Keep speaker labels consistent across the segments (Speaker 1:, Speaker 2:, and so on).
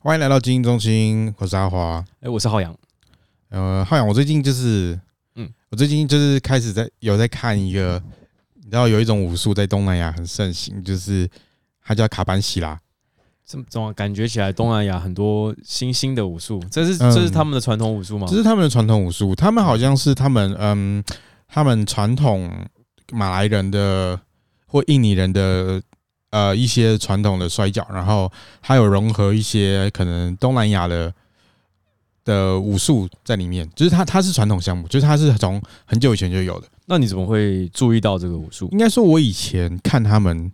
Speaker 1: 欢迎来到精英中心，我是阿华。
Speaker 2: 哎、我是浩洋。
Speaker 1: 呃，浩洋，我最近就是，嗯
Speaker 2: 嗯，
Speaker 1: 我最近就是开始在有在看一个，你知道有一种武术在东南亚很盛行，就是它叫卡班喜拉。
Speaker 2: 这么总感觉起来，东南亚很多新兴的武术，这是、
Speaker 1: 嗯
Speaker 2: 这是他们的传统武术吗
Speaker 1: 这？是他们的传统武术，他们好像是他们嗯，他们传统马来人的或印尼人的呃一些传统的摔跤，然后还有融合一些可能东南亚的的武术在里面，就是它它是传统项目，就是它是从很久以前就有的。
Speaker 2: 那你怎么会注意到这个武术？
Speaker 1: 应该说，我以前看他们，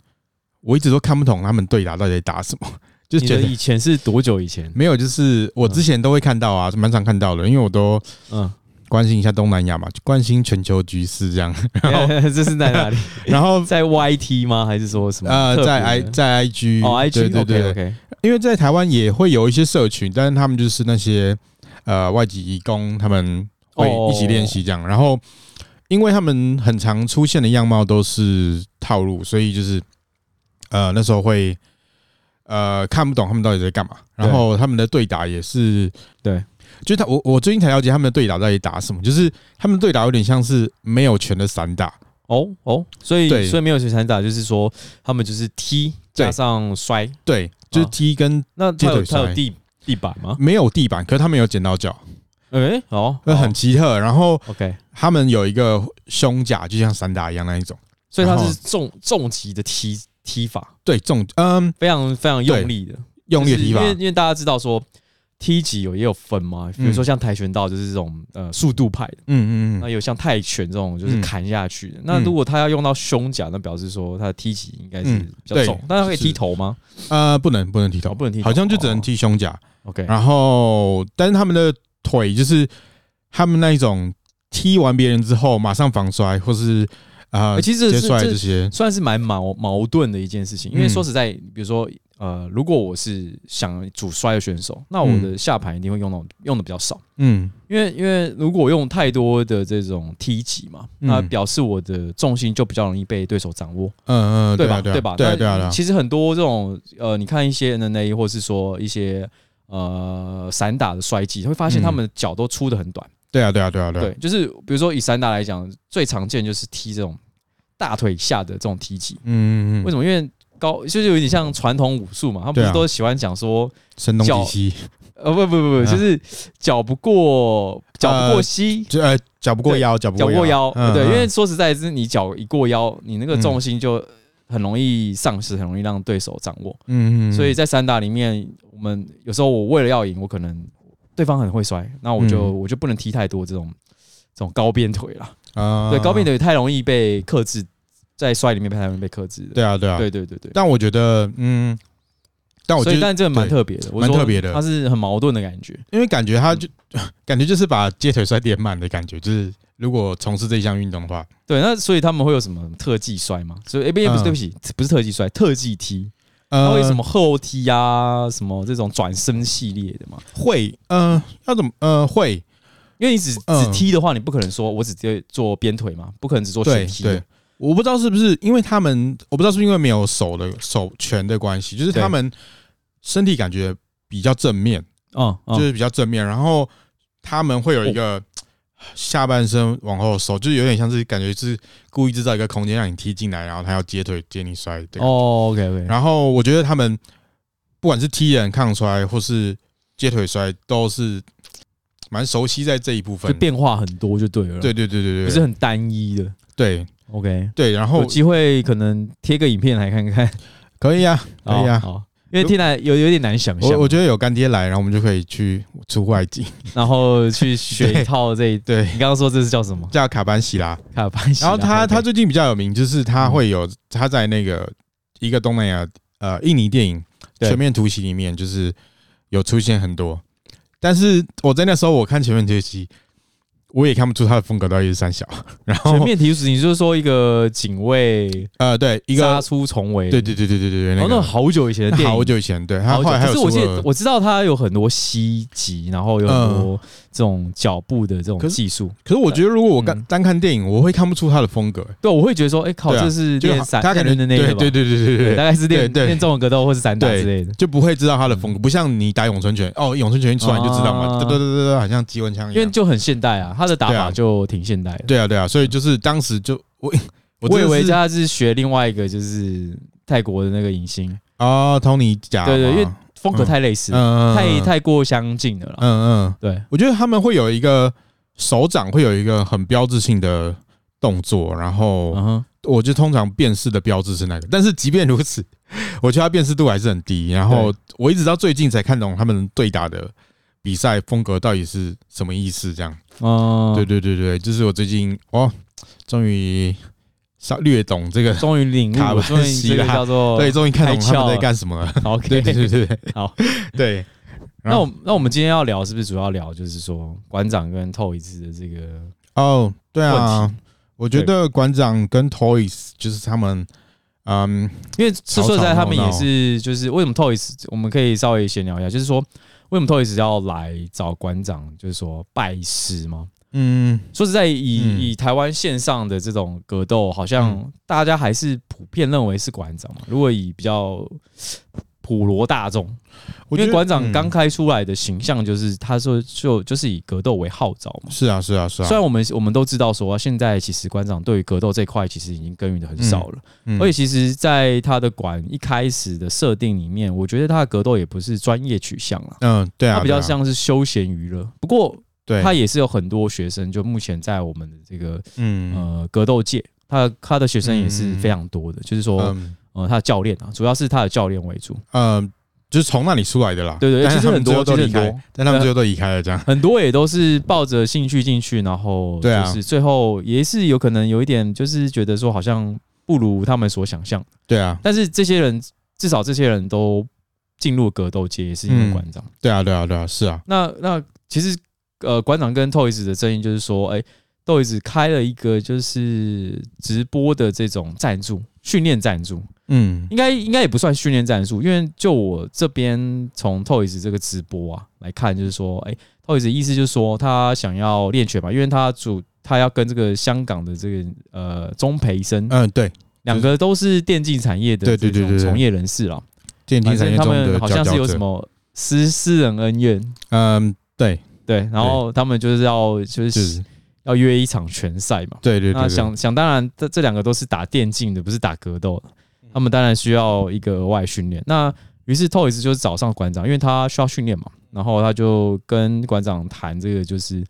Speaker 1: 我一直都看不懂他们对打到底在打什么，就
Speaker 2: 你
Speaker 1: 觉
Speaker 2: 的
Speaker 1: 得
Speaker 2: 以前是多久以前？
Speaker 1: 没有，就是我之前都会看到啊，蛮常看到的，因为我都
Speaker 2: 嗯，
Speaker 1: 关心一下东南亚嘛，就关心全球局势这样。
Speaker 2: 这是在哪里？
Speaker 1: 然后
Speaker 2: 在 YT 吗？还是说什么
Speaker 1: 呃
Speaker 2: 特，别的？
Speaker 1: 在 i 在 IG
Speaker 2: 哦 IG
Speaker 1: 对对对
Speaker 2: OK OK，
Speaker 1: 因为在台湾也会有一些社群，但是他们就是那些呃外籍移工，他们会
Speaker 2: 哦
Speaker 1: 一起练习这样。然后因为他们很常出现的样貌都是套路，所以就是呃那时候会呃看不懂他们到底在干嘛。然后他们的对打也是
Speaker 2: 对，
Speaker 1: 就是他我我最近才了解他们的对打到底打什么，就是他们对打有点像是没有拳的散打。
Speaker 2: 哦哦，所
Speaker 1: 对
Speaker 2: 以所以没有学散打，就是说他们就是踢
Speaker 1: 对
Speaker 2: 加上摔。
Speaker 1: 对，就是
Speaker 2: 啊
Speaker 1: 踢跟
Speaker 2: 那
Speaker 1: 接
Speaker 2: 他有
Speaker 1: 腿
Speaker 2: 他有
Speaker 1: 摔
Speaker 2: 地地板吗？
Speaker 1: 没有地板，可是他们有剪刀脚，
Speaker 2: 哎、哦，
Speaker 1: 那嗯很
Speaker 2: 哦
Speaker 1: 奇特。然后
Speaker 2: OK，
Speaker 1: 他们有一个胸甲，就像散打一样那一种，
Speaker 2: 所以他
Speaker 1: 然后
Speaker 2: 是重重击的踢踢法，
Speaker 1: 对，重嗯
Speaker 2: 非常非常
Speaker 1: 对
Speaker 2: 用力的。
Speaker 1: 用力的
Speaker 2: 就是
Speaker 1: 踢法
Speaker 2: 因，为因为大家知道说踢级有也有分嘛，比如说像跆拳道就是这种呃速度派的，
Speaker 1: 嗯嗯嗯
Speaker 2: 那
Speaker 1: 嗯，
Speaker 2: 有像泰拳这种就是
Speaker 1: 嗯
Speaker 2: 砍下去的。那如果他要用到胸甲，那表示说他的踢级应该是
Speaker 1: 嗯
Speaker 2: 比较重
Speaker 1: 对。
Speaker 2: 那他可以
Speaker 1: 就是
Speaker 2: 踢头吗
Speaker 1: 呃，不能不能踢头
Speaker 2: 哦，不能踢头哦
Speaker 1: 好像就只能踢胸甲。
Speaker 2: ？OK，
Speaker 1: 然后，但是他们的腿就是他们那一种踢完别人之后马上防摔，或是啊
Speaker 2: 欸其实
Speaker 1: 接
Speaker 2: 这
Speaker 1: 摔这
Speaker 2: 这
Speaker 1: 些，
Speaker 2: 算是蛮矛矛盾的一件事情，因为
Speaker 1: 嗯
Speaker 2: 说实在，比如说呃，如果我是想主摔的选手，那我的下盘一定会用到用的比较少。
Speaker 1: 嗯
Speaker 2: 因为因为如果用太多的这种踢级嘛，
Speaker 1: 嗯
Speaker 2: 那表示我的重心就比较容易被对手掌握。
Speaker 1: 嗯嗯，
Speaker 2: 对
Speaker 1: 啊
Speaker 2: 吧？
Speaker 1: 对啊
Speaker 2: 吧？
Speaker 1: 对啊
Speaker 2: 那
Speaker 1: 对啊对啊，
Speaker 2: 其实很多这种呃，你看一些 NNA 或是说一些呃散打的摔技，会发
Speaker 1: 嗯
Speaker 2: 现他们的脚都出的很短。
Speaker 1: 对啊对啊对啊对
Speaker 2: 对
Speaker 1: 啊，，
Speaker 2: 就是比如说以散打来讲，最常见就是踢这种大腿下的这种踢技。
Speaker 1: 嗯嗯嗯，
Speaker 2: 为什么？因为高就是有点像传统武术嘛，他们不
Speaker 1: 对
Speaker 2: 是
Speaker 1: 啊
Speaker 2: 都喜欢讲说，
Speaker 1: 声东击
Speaker 2: 脚
Speaker 1: 西，
Speaker 2: 呃，不不不不，
Speaker 1: 啊
Speaker 2: 就是脚不过脚不
Speaker 1: 呃
Speaker 2: 过膝，
Speaker 1: 就呃脚不过
Speaker 2: 对
Speaker 1: 腰，脚不
Speaker 2: 脚过腰，
Speaker 1: 嗯
Speaker 2: 对，
Speaker 1: 嗯
Speaker 2: 因为说实在是你脚一过腰，你那个
Speaker 1: 嗯
Speaker 2: 重心就很容易丧失，很容易让对手掌握。
Speaker 1: 嗯嗯，嗯
Speaker 2: 所以在散打里面，我们有时候我为了要赢，我可能对方很会摔，那我就、
Speaker 1: 嗯
Speaker 2: 我就不能踢太多这种这种高边腿了。
Speaker 1: 啊
Speaker 2: 对，高边腿太容易被克制，在摔里面太容易被克制的。
Speaker 1: 对啊对啊，
Speaker 2: 对对对对。
Speaker 1: 但我觉得，嗯，但我
Speaker 2: 所
Speaker 1: 觉
Speaker 2: 以，
Speaker 1: 得，
Speaker 2: 但这个蛮特别的，我
Speaker 1: 蛮
Speaker 2: 说
Speaker 1: 特别的
Speaker 2: 它是很矛盾的感觉。
Speaker 1: 因为感觉他就
Speaker 2: 嗯
Speaker 1: 感觉就是把接腿摔点满的感觉，就是如果从事这项运动的话，
Speaker 2: 对，那所以他们会有什么特技摔吗？所以 A B A 不是、
Speaker 1: 嗯
Speaker 2: 对不起，不是特技摔，特技踢，它
Speaker 1: 呃
Speaker 2: 会有什么后踢啊，什么这种转身系列的嘛？
Speaker 1: 会？呃，要怎么？呃，会，
Speaker 2: 因为你只
Speaker 1: 嗯
Speaker 2: 只踢的话，你不可能说我只对做边腿嘛，不可能只做
Speaker 1: 对
Speaker 2: 旋踢的
Speaker 1: 对。。我不知道是不是因为他们，我不知道是不是因为没有手的手拳的关系，就是
Speaker 2: 对
Speaker 1: 他们身体感觉比较正面，
Speaker 2: 嗯，嗯哦
Speaker 1: 就是比较正面，然后他们会有一个下半身往后收，就是有点像是感觉是故意制造一个空间让你踢进来，然后他要接腿接你摔的
Speaker 2: 哦，OK OK，
Speaker 1: 然后我觉得他们不管是踢人、抗摔或是接腿摔，都是蛮熟悉在这一部分
Speaker 2: 就。变化很多就对了，
Speaker 1: 对，对对对
Speaker 2: 不是
Speaker 1: 对，
Speaker 2: 很单一的。
Speaker 1: 对
Speaker 2: OK，
Speaker 1: 对。然
Speaker 2: 有
Speaker 1: 后
Speaker 2: 机会可能贴个影片来看 看，
Speaker 1: 可以啊，可以啊。
Speaker 2: 好，好因为听来有有点难想象
Speaker 1: 我，我觉得有干爹来，然后我们就可以去出外景。
Speaker 2: 然后去学一 套这一，
Speaker 1: 对，
Speaker 2: 你刚刚说这是叫什么
Speaker 1: 叫卡班喜拉。
Speaker 2: 卡班西
Speaker 1: 然
Speaker 2: 啊？
Speaker 1: 后他
Speaker 2: OK
Speaker 1: 他最近比较有名，就是他会有他在那个一个东南亚呃印尼电影《
Speaker 2: 对
Speaker 1: 全面突袭》里面，就是有出现很多。但是我在那时候我看《全面突袭》，我也看不出他的风格到底是三小。然
Speaker 2: 全
Speaker 1: 后
Speaker 2: 面提示你就是说一个警卫
Speaker 1: 呃，对，一
Speaker 2: 杀
Speaker 1: 个
Speaker 2: 出重围，
Speaker 1: 对对对对对对对，
Speaker 2: 哦，
Speaker 1: 那
Speaker 2: 那
Speaker 1: 个
Speaker 2: 好久以前的
Speaker 1: 那
Speaker 2: 电 影
Speaker 1: 好，久以前，对，他
Speaker 2: 好
Speaker 1: 后
Speaker 2: 久。
Speaker 1: 来还
Speaker 2: 可
Speaker 1: 有
Speaker 2: 是我记
Speaker 1: 出
Speaker 2: 得
Speaker 1: 了，
Speaker 2: 我知道他有很多西集，然后有很多这种脚步的这种
Speaker 1: 嗯可是
Speaker 2: 技术。
Speaker 1: 可是我觉得如果我看
Speaker 2: 嗯
Speaker 1: 单看电影，我会看不出他的风格，欸
Speaker 2: 对，我会觉得说，哎靠，
Speaker 1: 对啊
Speaker 2: 这是
Speaker 1: 就
Speaker 2: 练
Speaker 1: 好
Speaker 2: 散
Speaker 1: 他感觉
Speaker 2: 练的那个吧？
Speaker 1: 对对对对对对
Speaker 2: 对，大概是练
Speaker 1: 对对
Speaker 2: 练中文格斗或是散打之类的。
Speaker 1: 就不会知道他的风格，不像你打咏春拳，哦，咏春拳一出来你就知道嘛，
Speaker 2: 啊
Speaker 1: 对对对对对，好像机关枪一
Speaker 2: 因为
Speaker 1: 样。
Speaker 2: 就很现代啊，他的打
Speaker 1: 对啊
Speaker 2: 法就挺现代的。
Speaker 1: 对啊对啊，所以就是当时就我我
Speaker 2: 我以为
Speaker 1: 家
Speaker 2: 他是学另外一个就是泰国的那个影星，
Speaker 1: 啊，Tony 贾嘛，
Speaker 2: 对对，因为风格太类似了，
Speaker 1: 嗯
Speaker 2: 太
Speaker 1: 嗯
Speaker 2: 太过相近了啦。
Speaker 1: 嗯嗯，
Speaker 2: 对，
Speaker 1: 我觉得他们会有一个手掌会有一个很标志性的动作，然后
Speaker 2: 嗯哼，
Speaker 1: 我就通常辨识的标志是那个，但是即便如此，我觉得他辨识度还是很低。然后我一直到最近才看懂他们对打的比赛风格到底是什么意思，这样。
Speaker 2: 嗯，
Speaker 1: 对对对对，就是我最近哦，终于稍略懂这个，
Speaker 2: 终于领悟
Speaker 1: 卡
Speaker 2: 了，
Speaker 1: 文
Speaker 2: 终于
Speaker 1: 西
Speaker 2: 这个
Speaker 1: 啦
Speaker 2: 叫做
Speaker 1: 对，终于看懂
Speaker 2: 开
Speaker 1: 他
Speaker 2: 窍
Speaker 1: 们在
Speaker 2: 哦了
Speaker 1: 干什么了。
Speaker 2: OK。
Speaker 1: 对对对对对，
Speaker 2: 好，
Speaker 1: 对，
Speaker 2: 那我那我们今天要聊是不是主要聊就是说馆长跟透一次的这个
Speaker 1: 哦，对
Speaker 2: 问
Speaker 1: 啊
Speaker 2: 题，？
Speaker 1: 我觉得馆长跟 Toys 就是他们，嗯，
Speaker 2: 因为
Speaker 1: 吵
Speaker 2: 说实
Speaker 1: 吵
Speaker 2: 在，他们
Speaker 1: 闹
Speaker 2: 也
Speaker 1: 闹
Speaker 2: 是就是为什么透一次，我们可以稍微闲聊一下，就是说为什么透一次要来找馆长，就是说拜师吗？
Speaker 1: 嗯，
Speaker 2: 说实在，以、
Speaker 1: 嗯
Speaker 2: 以台湾线上的这种格斗，好像大家还是普遍认为是馆长嘛。如果以比较普罗大众，
Speaker 1: 我
Speaker 2: 因
Speaker 1: 觉
Speaker 2: 为
Speaker 1: 得
Speaker 2: 馆长刚
Speaker 1: 嗯
Speaker 2: 开出来的形象就是他说就就是以格斗为号召嘛。
Speaker 1: 是啊是啊是啊，
Speaker 2: 虽然我们我们都知道说，现在其实馆长对于格斗这一块其实已经耕耘的很少了，
Speaker 1: 嗯
Speaker 2: 而且其实，在他的馆一开始的设定里面，我觉得他的格斗也不是专业取向啦，
Speaker 1: 嗯，对啊，
Speaker 2: 他比较
Speaker 1: 对啊
Speaker 2: 像是休闲娱乐。不过
Speaker 1: 对，
Speaker 2: 他也是有很多学生，就目前在我们的这个
Speaker 1: 嗯
Speaker 2: 呃格斗界，他他的学生也是非常多的，就是说
Speaker 1: 嗯
Speaker 2: 呃他的教练啊，主要是他的教练为主，
Speaker 1: 嗯，就是从那里出来的啦。
Speaker 2: 对对对
Speaker 1: 但是
Speaker 2: 其实
Speaker 1: 他们
Speaker 2: 很多
Speaker 1: 最后都
Speaker 2: 其实
Speaker 1: 离
Speaker 2: 很
Speaker 1: 开
Speaker 2: 多，
Speaker 1: 但他们最后都离开了，这样。
Speaker 2: 很多也都是抱着兴趣进去，然后
Speaker 1: 对
Speaker 2: 就
Speaker 1: 啊
Speaker 2: 是最后也是有可能有一点就是觉得说好像不如他们所想象，
Speaker 1: 对啊，
Speaker 2: 但是这些人至少这些人都进入格斗界，也是因为
Speaker 1: 嗯
Speaker 2: 馆长。
Speaker 1: 对啊，对啊，对啊，是啊，
Speaker 2: 那那其实呃，馆长跟 Toys 的争议就是说，哎、t o y s 开了一个就是直播的这种赞助训练赞助，
Speaker 1: 嗯
Speaker 2: 应该应该也不算训练战术，因为就我这边从 Toys 这个直播啊来看，就是说，哎、t o y s 意思就是说他想要练拳嘛，因为他主他要跟这个香港的这个呃钟培生
Speaker 1: 嗯，对，
Speaker 2: 两个都是电竞产业的
Speaker 1: 对
Speaker 2: 这
Speaker 1: 对对
Speaker 2: 种
Speaker 1: 对对
Speaker 2: 从业人士啦，
Speaker 1: 电竞
Speaker 2: 反
Speaker 1: 产业
Speaker 2: 正他
Speaker 1: 中
Speaker 2: 们
Speaker 1: 的
Speaker 2: 好
Speaker 1: 佼
Speaker 2: 像是
Speaker 1: 佼
Speaker 2: 有
Speaker 1: 者
Speaker 2: 什么私私人恩怨，
Speaker 1: 嗯， 对，
Speaker 2: 对，然后他们就是要就
Speaker 1: 就是是
Speaker 2: 要约一场拳赛嘛，
Speaker 1: 对对对对，
Speaker 2: 那想想当然，这这两个都是打电竞的，不是打格斗的，他们当然需要一个额外训练。那于是 Toys 就是找上馆长，因为他需要训练嘛，然后他就跟馆长谈这个就是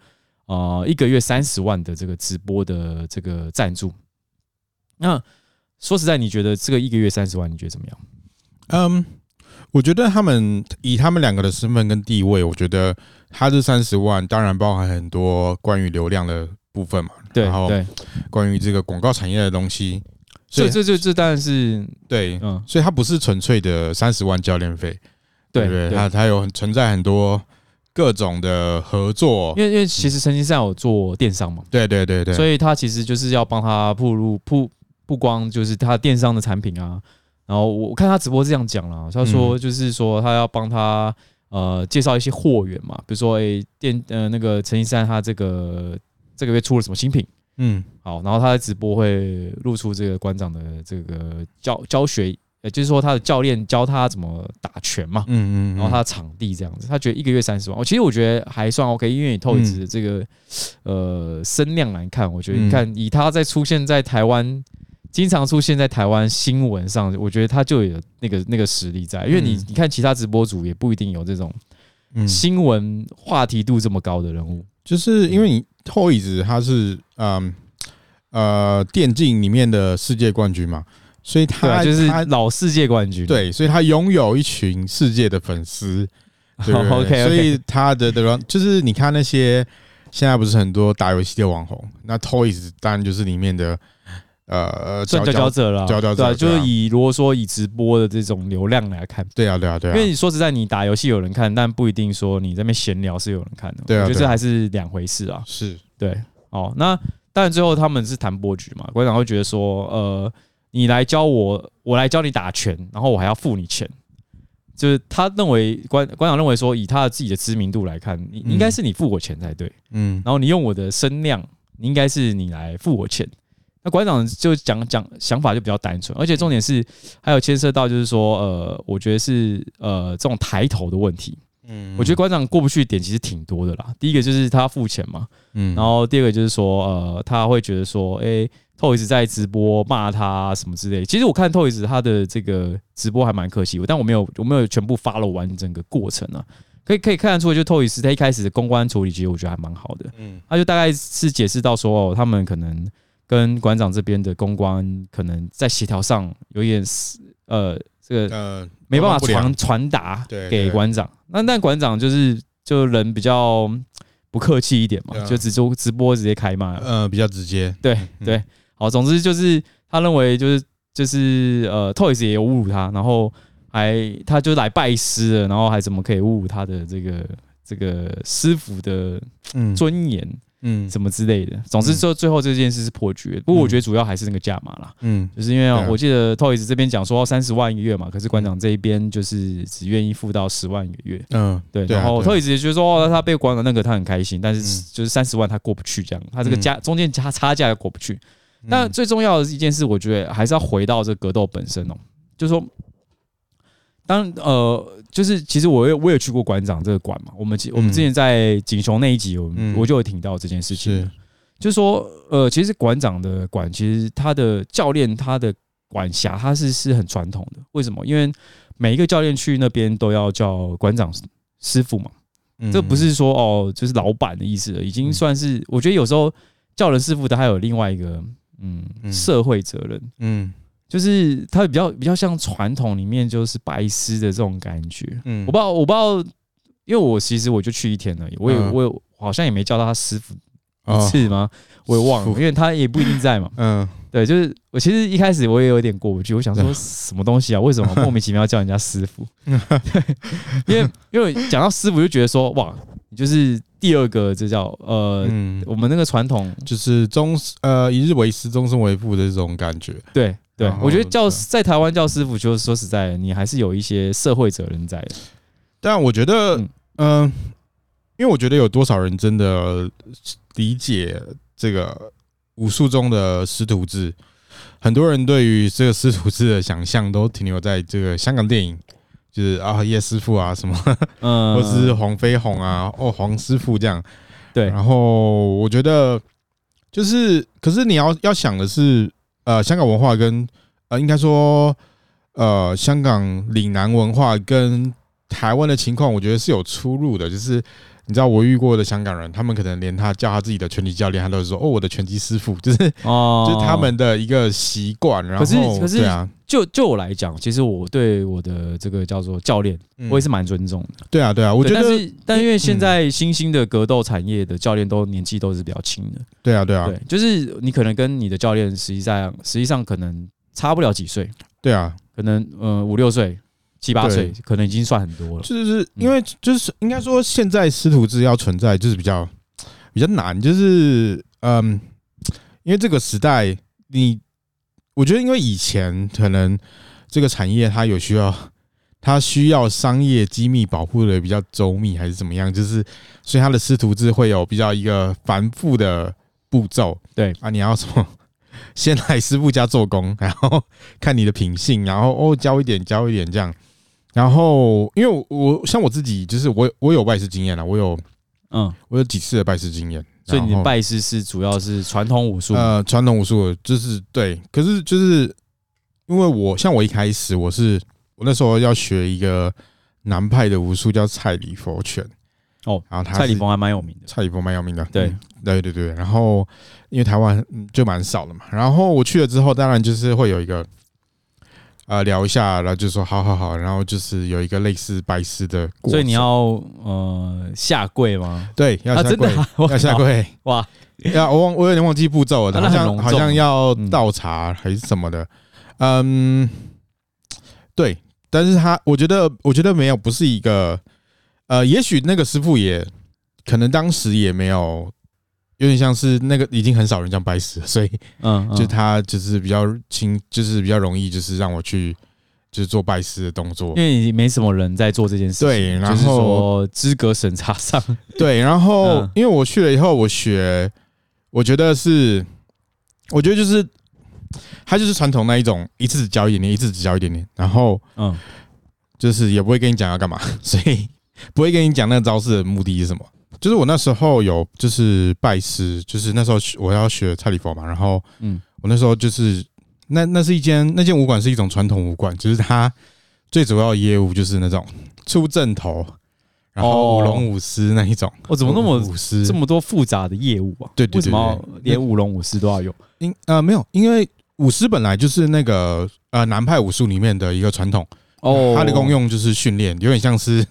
Speaker 2: 呃一个月三十万的这个直播的这个赞助。那说实在，你觉得这个一个月三十万，你觉得怎么样？
Speaker 1: 嗯，我觉得他们以他们两个的身份跟地位，我觉得他这三十万当然包含很多关于流量的部分嘛，
Speaker 2: 对
Speaker 1: 然后
Speaker 2: 对，
Speaker 1: 关于这个广告产业的东西，所
Speaker 2: 所以
Speaker 1: 以
Speaker 2: 这这这当然是
Speaker 1: 对，
Speaker 2: 嗯
Speaker 1: 所以他不是纯粹的三十万教练费，
Speaker 2: 对
Speaker 1: 不对，
Speaker 2: 对
Speaker 1: 他他有很存在很多各种的合作
Speaker 2: 因，为因为其实陈金善有做电商嘛，
Speaker 1: 对对对对，
Speaker 2: 所以他其实就是要帮他铺路铺不光就是他电商的产品啊，然后我我看他直播这样讲了，他
Speaker 1: 嗯
Speaker 2: 说就是说他要帮他呃介绍一些货源嘛，比如说诶、电呃那个陈一山他这个这个月出了什么新品，
Speaker 1: 嗯
Speaker 2: 好，然后他的直播会露出这个馆长的这个教教学，呃就是说他的教练教他怎么打拳嘛，
Speaker 1: 嗯嗯，
Speaker 2: 然后他的场地这样子，他觉得一个月三十万，哦我其实我觉得还算 OK，因为你透一的这个、呃声量来看，我觉得
Speaker 1: 嗯
Speaker 2: 你看以他在出现在台湾，经常出现在台湾新闻上，我觉得他就有那个那个实力在，因为你、
Speaker 1: 嗯
Speaker 2: 你看其他直播主也不一定有这种
Speaker 1: 嗯
Speaker 2: 新闻话题度这么高的人物，
Speaker 1: 就是因为你 Toys 它是嗯呃电竞里面的世界冠军嘛，所以
Speaker 2: 对、
Speaker 1: 他
Speaker 2: 啊，就是
Speaker 1: 他
Speaker 2: 老世界冠军，
Speaker 1: 对，所以他拥有一群世界的粉丝，对不对
Speaker 2: OK，OK
Speaker 1: 所以他的的就是你看那些现在不是很多打游戏的网红，那 Toys 当然就是里面的呃
Speaker 2: 算佼
Speaker 1: 佼
Speaker 2: 佼，者了，
Speaker 1: 佼佼者
Speaker 2: 对、啊，就是
Speaker 1: 对啊
Speaker 2: 以如果说以直播的这种流量来看。
Speaker 1: 对啊对啊对啊，
Speaker 2: 因为你说实在，你打游戏有人看，但不一定说你在那边闲聊是有人看的。
Speaker 1: 对啊
Speaker 2: 我觉得
Speaker 1: 对
Speaker 2: 这
Speaker 1: 啊
Speaker 2: 还是两回事啊。
Speaker 1: 是
Speaker 2: 对，哦，那当然最后他们是谈波局嘛，馆长会觉得说，呃，你来教我，我来教你打拳，然后我还要付你钱。就是他认为馆馆长认为说，以他自己的知名度来看，你你应该是你付我钱才对，
Speaker 1: 嗯
Speaker 2: 然后你用我的声量，你应该是你来付我钱。那馆长就讲讲想法就比较单纯，而且重点是还有牵涉到就是说，呃，我觉得是呃这种抬头的问题。
Speaker 1: 嗯
Speaker 2: 我觉得馆长过不去的点其实挺多的啦。第一个就是他付钱嘛，
Speaker 1: 嗯
Speaker 2: 然后第二个就是说，呃，他会觉得说，诶 t o y s 在直播骂他什么之类。其实我看 t o y s 他的这个直播还蛮可惜，但我没有我没有全部 follow 完整个过程啊。可以可以看得出，就 t o y s 他一开始的公关处理，其实我觉得还蛮好的。
Speaker 1: 嗯
Speaker 2: 他就大概是解释到说，哦，他们可能跟馆长这边的公关可能在协调上有一点是呃这个
Speaker 1: 呃
Speaker 2: 没办法
Speaker 1: 不良
Speaker 2: 传传达
Speaker 1: 对
Speaker 2: 给
Speaker 1: 对
Speaker 2: 馆长。那但馆长就是就人比较不客气一点嘛
Speaker 1: 对，啊
Speaker 2: 就直播直播直接开骂。
Speaker 1: 呃比较直接，
Speaker 2: 对
Speaker 1: 嗯
Speaker 2: 对，好，总之就是他认为就是就是呃，Toys 也有侮辱他，然后还他就来拜师了，然后还怎么可以侮辱他的这个这个师傅的
Speaker 1: 嗯
Speaker 2: 尊严
Speaker 1: 嗯
Speaker 2: 什么之类的。总之
Speaker 1: 嗯
Speaker 2: 最最后这件事是破局的，不过我觉得主要还是那个价码啦。
Speaker 1: 嗯
Speaker 2: 就是因为
Speaker 1: 对啊
Speaker 2: 我记得 Toys 这边讲说三十万一个月嘛，可是馆长这一边就是只愿意付到十万一个月，
Speaker 1: 嗯
Speaker 2: 对。
Speaker 1: 对啊
Speaker 2: 然后
Speaker 1: 对啊
Speaker 2: Toys 也觉得说，哦，他被馆长那个他很开心，但是
Speaker 1: 嗯
Speaker 2: 就是三十万他过不去，这样他这个
Speaker 1: 嗯
Speaker 2: 价中间差差价过不去。那
Speaker 1: 嗯
Speaker 2: 最重要的一件事，我觉得还是要回到这格斗本身哦，就是说，当呃，就是其实我也我也去过馆长这个馆嘛，我们其我们
Speaker 1: 嗯
Speaker 2: 之前在锦雄那一集，我们、
Speaker 1: 嗯
Speaker 2: 我就有听到这件事情，
Speaker 1: 是
Speaker 2: 就是说，呃，其实馆长的馆，其实他的教练他的管辖他是是很传统的，为什么？因为每一个教练去那边都要叫馆长师傅嘛，这不是说哦，就是老板的意思了，已经
Speaker 1: 嗯
Speaker 2: 算是我觉得有时候叫人师傅的还有另外一个嗯
Speaker 1: 嗯
Speaker 2: 社会责任，
Speaker 1: 嗯
Speaker 2: 就是他比较比较像传统里面就是白师的这种感觉。
Speaker 1: 嗯
Speaker 2: 我不知道，我不知道，因为我其实我就去一天而已，我也
Speaker 1: 嗯
Speaker 2: 我也好像也没叫到他师傅一
Speaker 1: 哦
Speaker 2: 次吗？我也忘了，
Speaker 1: 师
Speaker 2: 因
Speaker 1: 傅
Speaker 2: 为他也不一定 在嘛。
Speaker 1: 嗯
Speaker 2: 对，就是我其实一开始我也有点过不去，我想说
Speaker 1: 对
Speaker 2: 什么 东西啊？为什么莫名其妙要叫人家师傅？对，因为因为讲到师傅就觉得说哇，你就是第二个，这叫呃，
Speaker 1: 嗯，
Speaker 2: 我们那个传统
Speaker 1: 就是终呃一日为师，终身为父的这种感觉，
Speaker 2: 对对
Speaker 1: 然，后
Speaker 2: 我觉得叫
Speaker 1: 对啊
Speaker 2: 在台湾叫师傅，就是说实在，你还是有一些社会责任在的。
Speaker 1: 但我觉得
Speaker 2: 嗯
Speaker 1: 嗯、因为我觉得有多少人真的理解这个武术中的师徒制。很多人对于这个师徒制的想象都停留在这个香港电影，就是啊叶师傅啊什么，
Speaker 2: 嗯，
Speaker 1: 或是黄飞鸿啊，哦黄师傅这样。
Speaker 2: 对
Speaker 1: 然后我觉得就是，可是你要要想的是，呃，香港文化跟呃，应该说呃，香港岭南文化跟台湾的情况，我觉得是有出入的。就是你知道我遇过的香港人，他们可能连他叫他自己的拳击教练，他都是说哦我的拳击师傅，就是、
Speaker 2: 哦，
Speaker 1: 就是他们的一个习惯。然后
Speaker 2: 可是可是
Speaker 1: 对啊，
Speaker 2: 就就我来讲，其实我对我的这个叫做教练，
Speaker 1: 嗯
Speaker 2: 我也是蛮尊重的。
Speaker 1: 对啊对啊，我
Speaker 2: 对
Speaker 1: 觉
Speaker 2: 但
Speaker 1: 得嗯
Speaker 2: 是但因为现在新兴的格斗产业的教练都年纪都是比较轻的，
Speaker 1: 对啊对啊
Speaker 2: 对，就是你可能跟你的教练实际上实际上可能差不了几岁，
Speaker 1: 对啊，
Speaker 2: 可能呃五六岁、七八岁
Speaker 1: 对，
Speaker 2: 可能已经算很多了。嗯
Speaker 1: 就是因为就是应该说，现在师徒制要存在就是比较比较难，就是嗯，因为这个时代，你我觉得因为以前可能这个产业它有需要，它需要商业机密保护的比较周密，还是怎么样，就是所以它的师徒制会有比较一个繁复的步骤，
Speaker 2: 对
Speaker 1: 啊，你要什么？ 先来师傅家做工，然后看你的品性，然后哦教一点教一点这样。然后因为我我像我自己，就是我我有拜师经验了，啊我有
Speaker 2: 嗯，
Speaker 1: 我有几次的拜师经验。
Speaker 2: 所以你
Speaker 1: 然
Speaker 2: 的
Speaker 1: 后
Speaker 2: 拜师是主要是传统武术嘛，
Speaker 1: 呃传统武术就是对，可是就是因为我像我一开始我是我那时候要学一个南派的武术叫蔡李佛拳
Speaker 2: 哦，
Speaker 1: 然后他
Speaker 2: 蔡
Speaker 1: 是
Speaker 2: 李峰还蛮有名的。
Speaker 1: 蔡李峰蛮有名的，
Speaker 2: 对
Speaker 1: 嗯对对对。然后因为台湾嗯就蛮少的嘛，然后我去了之后，当然就是会有一个呃聊一下，然后就说好好好，然后就是有一个类似拜师的过程，
Speaker 2: 所以你要呃下跪吗？
Speaker 1: 对要
Speaker 2: 啊，
Speaker 1: 下
Speaker 2: 真
Speaker 1: 跪
Speaker 2: 的、， 啊，我
Speaker 1: 要下
Speaker 2: 靠
Speaker 1: 跪，
Speaker 2: 哇！
Speaker 1: 要我忘我有点忘记步骤了，
Speaker 2: 啊
Speaker 1: 好
Speaker 2: 那很
Speaker 1: 像
Speaker 2: 隆重
Speaker 1: 好像要
Speaker 2: 嗯
Speaker 1: 倒茶还是什么的，嗯，对，但是他我觉得我觉得没有不是一个，呃，也许那个师傅也可能当时也没有有点像是那个已经很少人这样掰死了，所以
Speaker 2: 嗯，嗯
Speaker 1: 就他就是比较轻，就是比较容易，就是让我去就是做拜师的动作
Speaker 2: 因。为你没什么人在做这件事情，
Speaker 1: 对然后
Speaker 2: 就是说资格审查 上，
Speaker 1: 对，然后
Speaker 2: 嗯
Speaker 1: 因为我去了以后，我学，我觉得是，我觉得就是他就是传统那一种，一次只教一点点，一次只教一点点，然后
Speaker 2: 嗯，
Speaker 1: 就是也不会跟你讲要干嘛， 所以不会跟你讲那个招式的目的是什么。就是我那时候有就是拜师，就是那时候我要学蔡礼佛嘛，然后
Speaker 2: 嗯
Speaker 1: 我那时候就是那那是一间那间武馆是一种传统武馆，只、是它最主要的业务就是那种出阵头，然后
Speaker 2: 哦
Speaker 1: 舞龙舞狮那一种。
Speaker 2: 我怎么那么
Speaker 1: 舞狮
Speaker 2: 这？么多复杂的业务啊？
Speaker 1: 对对对
Speaker 2: 为什么
Speaker 1: 对
Speaker 2: 要连舞龙舞狮都要有？
Speaker 1: 因呃没有，因为舞狮本来就是那个呃南派武术里面的一个传统，
Speaker 2: 哦，
Speaker 1: 它的功用就是训练，有点像是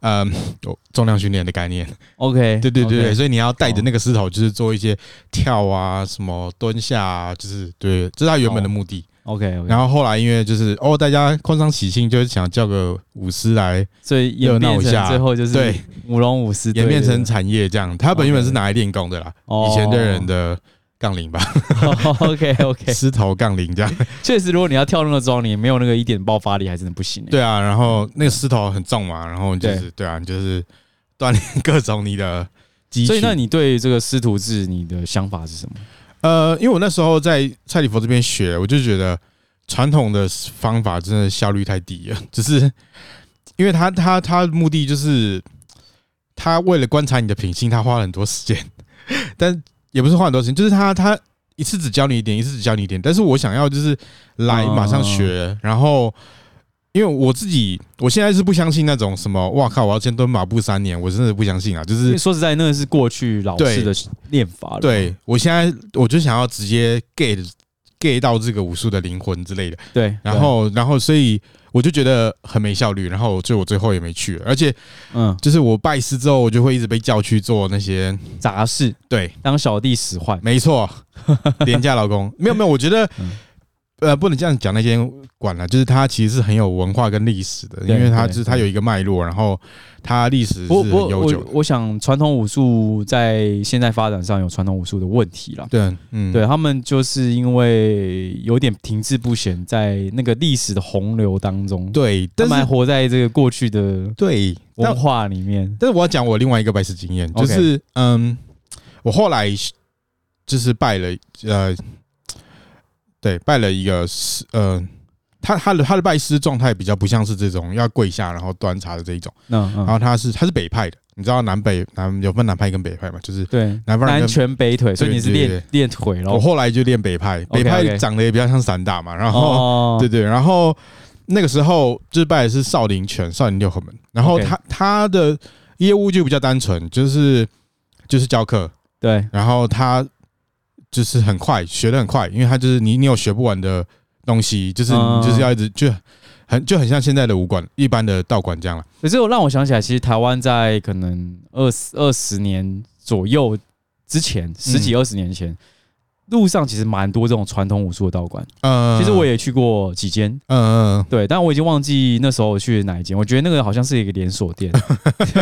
Speaker 1: 呃有重量训练的概念。
Speaker 2: ，OK，
Speaker 1: 对对对对，
Speaker 2: OK
Speaker 1: 所以你要带着那个狮头，就是做一些跳啊、什么蹲下啊，就是对，这是他原本的目的。
Speaker 2: ，OK OK，
Speaker 1: 然后后来因为就是哦，大家空商喜庆，就是想叫个舞狮来，
Speaker 2: 所以演
Speaker 1: 热闹
Speaker 2: 变
Speaker 1: 一下
Speaker 2: 成最后就是
Speaker 1: 对
Speaker 2: 舞龙舞狮
Speaker 1: 演变成
Speaker 2: 对
Speaker 1: 产业这样。他本
Speaker 2: OK
Speaker 1: 原本是拿来练功的啦，
Speaker 2: 哦
Speaker 1: 以前的 人的杠铃吧，
Speaker 2: OK OK，
Speaker 1: 狮头杠铃这样。
Speaker 2: 确实，如果你要跳那个妆，你没有那个一点爆发力，还真的不行欸。
Speaker 1: 对啊，然后那个狮头很重嘛，然后你就是对啊，你就是锻炼 各种你的肌群。啊
Speaker 2: 所以那你对这个师徒制你的想法是什么？
Speaker 1: 呃，因为我那时候在蔡礼佛这边学，我就觉得传统的方法真的效率太低了， 只是因为他他他的目的就是他为了观察你的品性，他花了很多时间， 但也不是花很多时间，就是他他一次只教你一点，一次只教你一点，但是我想要就是来
Speaker 2: 哦
Speaker 1: 马上学，然后。因为我自己，我现在是不相信那种什么，哇靠！我要先蹲马步三年，我真的不相信啊！就是
Speaker 2: 因为说实在，那个是过去老式的练法了。
Speaker 1: 对我现在我就想要直接 get get 到这个武术的灵魂之类的，
Speaker 2: 对，
Speaker 1: 然后然后所以我就觉得很没效率，然后所以我最后也没去了，而且
Speaker 2: 对嗯，
Speaker 1: 就是我拜师之后，我就会一直被叫去做那些
Speaker 2: 杂事
Speaker 1: 对，
Speaker 2: 当小弟使唤。
Speaker 1: 没错，廉价劳工没有没有，我觉得
Speaker 2: 嗯。
Speaker 1: 呃，不能这样讲那间馆了，就是它其实是很有文化跟历史的，因
Speaker 2: 对
Speaker 1: 为它
Speaker 2: 对
Speaker 1: 就是它有一个脉络，然后它历史是
Speaker 2: 不
Speaker 1: 很
Speaker 2: 不，
Speaker 1: 悠久
Speaker 2: 我
Speaker 1: 的。
Speaker 2: 我想传统武术在现在发展上有传统武术的问题啦。
Speaker 1: 对，嗯，
Speaker 2: 对他啊们就是因为有点停滞不前，在那个历史的洪流当中，
Speaker 1: 对，
Speaker 2: 他
Speaker 1: 但
Speaker 2: 们还
Speaker 1: 是
Speaker 2: 活在这个过去的
Speaker 1: 对，但
Speaker 2: 文化里面。
Speaker 1: 但是我要讲我另外一个拜师经验，就
Speaker 2: OK
Speaker 1: 是嗯，我后来就是拜了呃，对，拜了一个师，呃，他他的他的拜师状态比较不像是这种要跪下然后端茶的这一种，
Speaker 2: 嗯
Speaker 1: 然
Speaker 2: 嗯，
Speaker 1: 后他是他是北派的，你知道南北南有分南派跟北派嘛，就是
Speaker 2: 对，
Speaker 1: 南方人
Speaker 2: 南
Speaker 1: 跟
Speaker 2: 拳北腿，所以你是
Speaker 1: 对对
Speaker 2: 练练腿
Speaker 1: 我
Speaker 2: 喽。
Speaker 1: 后来就练北派，北
Speaker 2: OK，OK
Speaker 1: 派长得也比较像散打嘛，然后
Speaker 2: 哦
Speaker 1: 对对，然后那个时候就是拜的是少林拳、少林六合门，然后
Speaker 2: OK
Speaker 1: 他他的业务就比较单纯，就是就是教课，
Speaker 2: 对，
Speaker 1: 然后他就是很快学的很快，因为他就是你你有学不完的东西，就是
Speaker 2: 嗯
Speaker 1: 你就是要一直就很就很像现在的武馆一般的道馆这样了。
Speaker 2: 可是我让我想起来，其实台湾在可能二十二十年左右之
Speaker 1: 嗯
Speaker 2: 前，十几二十年前，路上其实蛮多这种传统武术的道馆。
Speaker 1: 呃，
Speaker 2: 其实我也去过几间，
Speaker 1: 嗯
Speaker 2: 对，但我已经忘记那时候我去哪一间。我觉得那个好像是一个连 锁店，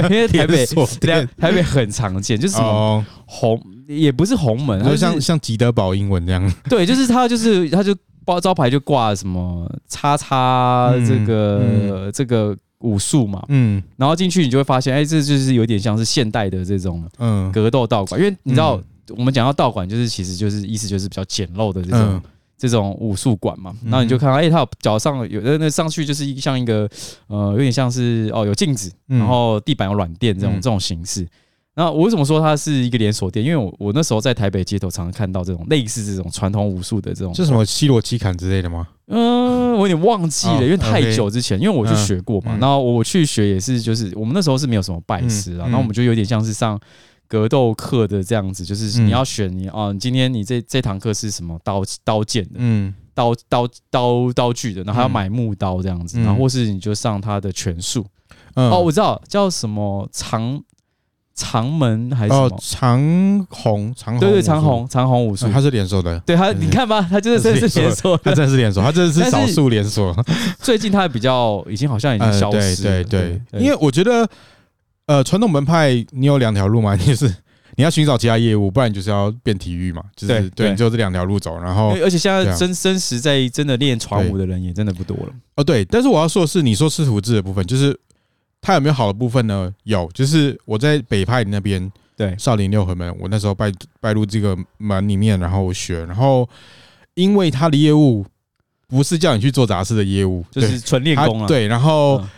Speaker 2: 因为台北
Speaker 1: 连锁店
Speaker 2: 台台北很常见，就是什么
Speaker 1: 哦，
Speaker 2: 红，也不是红门，
Speaker 1: 你
Speaker 2: 它
Speaker 1: 说
Speaker 2: 就
Speaker 1: 像
Speaker 2: 像
Speaker 1: 像吉德堡英文这样，
Speaker 2: 对，就是它就是它就包招牌就挂什么叉叉
Speaker 1: 嗯
Speaker 2: 这个这个武术嘛，
Speaker 1: 嗯
Speaker 2: 然后进去你就会发现，哎，这就是有点像是现代的这种
Speaker 1: 嗯
Speaker 2: 格斗道馆，因为你知道
Speaker 1: 嗯
Speaker 2: 我们讲到道馆，就是其实就是意思就是比较简陋的这种
Speaker 1: 嗯。
Speaker 2: 这种武术馆嘛，
Speaker 1: 嗯
Speaker 2: 然后你就看到，哎、它有脚上有那那上去就是一像一个呃，有点像是哦有镜子，
Speaker 1: 嗯
Speaker 2: 然后地板有软垫这种、
Speaker 1: 嗯
Speaker 2: 这种形式。然后我为什么说它是一个连锁店？因为我我那时候在台北街头常常看到这种类似这种传统武术的这种，
Speaker 1: 是什么西罗奇坎之类的吗？
Speaker 2: 嗯，我有点忘记了，
Speaker 1: 哦
Speaker 2: 因为太
Speaker 1: OK
Speaker 2: 久之前，因为我去学过嘛，
Speaker 1: 嗯嗯
Speaker 2: 然后我去学也是，就是我们那时候是没有什么拜师啊，
Speaker 1: 嗯嗯
Speaker 2: 然后我们就有点像是上格斗课的这样子，就是
Speaker 1: 嗯
Speaker 2: 你要选你啊，你今天你这这堂课是什么刀刀剑的
Speaker 1: 嗯
Speaker 2: 刀刀刀刀具的，然后还要
Speaker 1: 嗯
Speaker 2: 买木刀这样子，
Speaker 1: 嗯
Speaker 2: 然后或是你就上他的拳术。
Speaker 1: 嗯
Speaker 2: 哦，我知道叫什么长长门还是什
Speaker 1: 哦
Speaker 2: 么，，
Speaker 1: 长虹长虹
Speaker 2: 对对，
Speaker 1: 武术
Speaker 2: 长虹长虹武术
Speaker 1: 嗯，他是连锁的，
Speaker 2: 对他，
Speaker 1: 嗯
Speaker 2: 你看吧，他就是
Speaker 1: 他是
Speaker 2: 这是
Speaker 1: 连
Speaker 2: 连锁的
Speaker 1: 他真的是连 锁，他真的是
Speaker 2: 但
Speaker 1: 少
Speaker 2: 是
Speaker 1: 数连锁。
Speaker 2: 最近它比较已经好像已经
Speaker 1: 呃，
Speaker 2: 消
Speaker 1: 对呃
Speaker 2: 失了、
Speaker 1: 对对，因
Speaker 2: 为
Speaker 1: 为我觉得，呃，传统门派你有两条路嘛，就是你要寻找其他业务，不然你就是要变体育嘛，就是
Speaker 2: 对对
Speaker 1: 对，你就这两条路走。然后
Speaker 2: 因为而且现
Speaker 1: 对
Speaker 2: 在
Speaker 1: 啊
Speaker 2: 真真实在真的练传武的人也真的不多了。
Speaker 1: 哦，对，但是我要说的是，你说师徒制的部分，就是它有没有好的部分呢？有，就是我在北派那边
Speaker 2: 对，
Speaker 1: 少林六合门，我那时候拜拜入这个门里面，然后我学，然后因为他的业务不是叫你去做杂事的业务，
Speaker 2: 就是纯练
Speaker 1: 他
Speaker 2: 功了。，
Speaker 1: 对，然后
Speaker 2: 嗯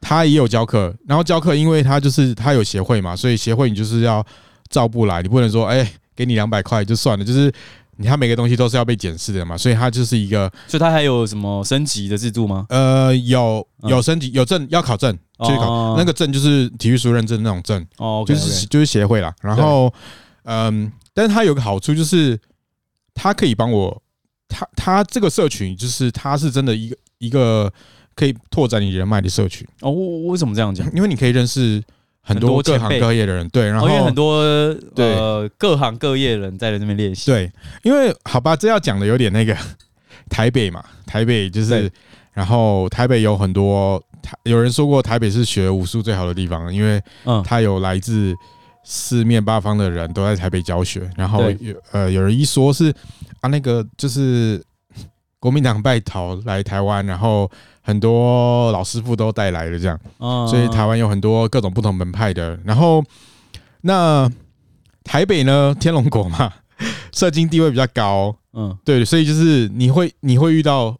Speaker 1: 他也有教课，然后教课，因为他就是他有协会嘛，所以协会你就是要照步来，你不能说哎、给你两百块就算了，就是你他每个东西都是要被检视的嘛，所以他就是一个
Speaker 2: 所以他还有什么升级的制度吗？
Speaker 1: 呃有
Speaker 2: 嗯
Speaker 1: 有升级有证要考证，就是考、
Speaker 2: 哦
Speaker 1: 那个证就是体育署认证那种证，
Speaker 2: 哦，
Speaker 1: 就是
Speaker 2: OK，OK
Speaker 1: 就是协会啦。然后嗯，但是他有个好处就是他可以帮我，他他这个社群就是他是真的一个一个可以拓展你人脉的社群。
Speaker 2: 哦，我我为什么这样讲？
Speaker 1: 因为你可以认识很
Speaker 2: 很
Speaker 1: 多
Speaker 2: 多
Speaker 1: 各
Speaker 2: 前
Speaker 1: 行
Speaker 2: 辈
Speaker 1: 各业的人，对，然后
Speaker 2: 哦因为很多
Speaker 1: 对
Speaker 2: 呃各行各业的人在那边练习。
Speaker 1: 对，因为好吧，这要讲的有点那个台北嘛，台北就是
Speaker 2: 对，
Speaker 1: 然后台北有很多台，有人说过台北是学武术最好的地方，因为
Speaker 2: 嗯，
Speaker 1: 它有来自四面八方的人都在台北教学，然后
Speaker 2: 对
Speaker 1: 有呃有人一说是啊那个就是国民党败逃来台湾，然后很多老师傅都带来了这样。
Speaker 2: 嗯
Speaker 1: 所以台湾有很多各种不同门派的。然后那台北呢，天龙国嘛， 社经地位比较高，
Speaker 2: 嗯，
Speaker 1: 对，所以就是你会你会遇到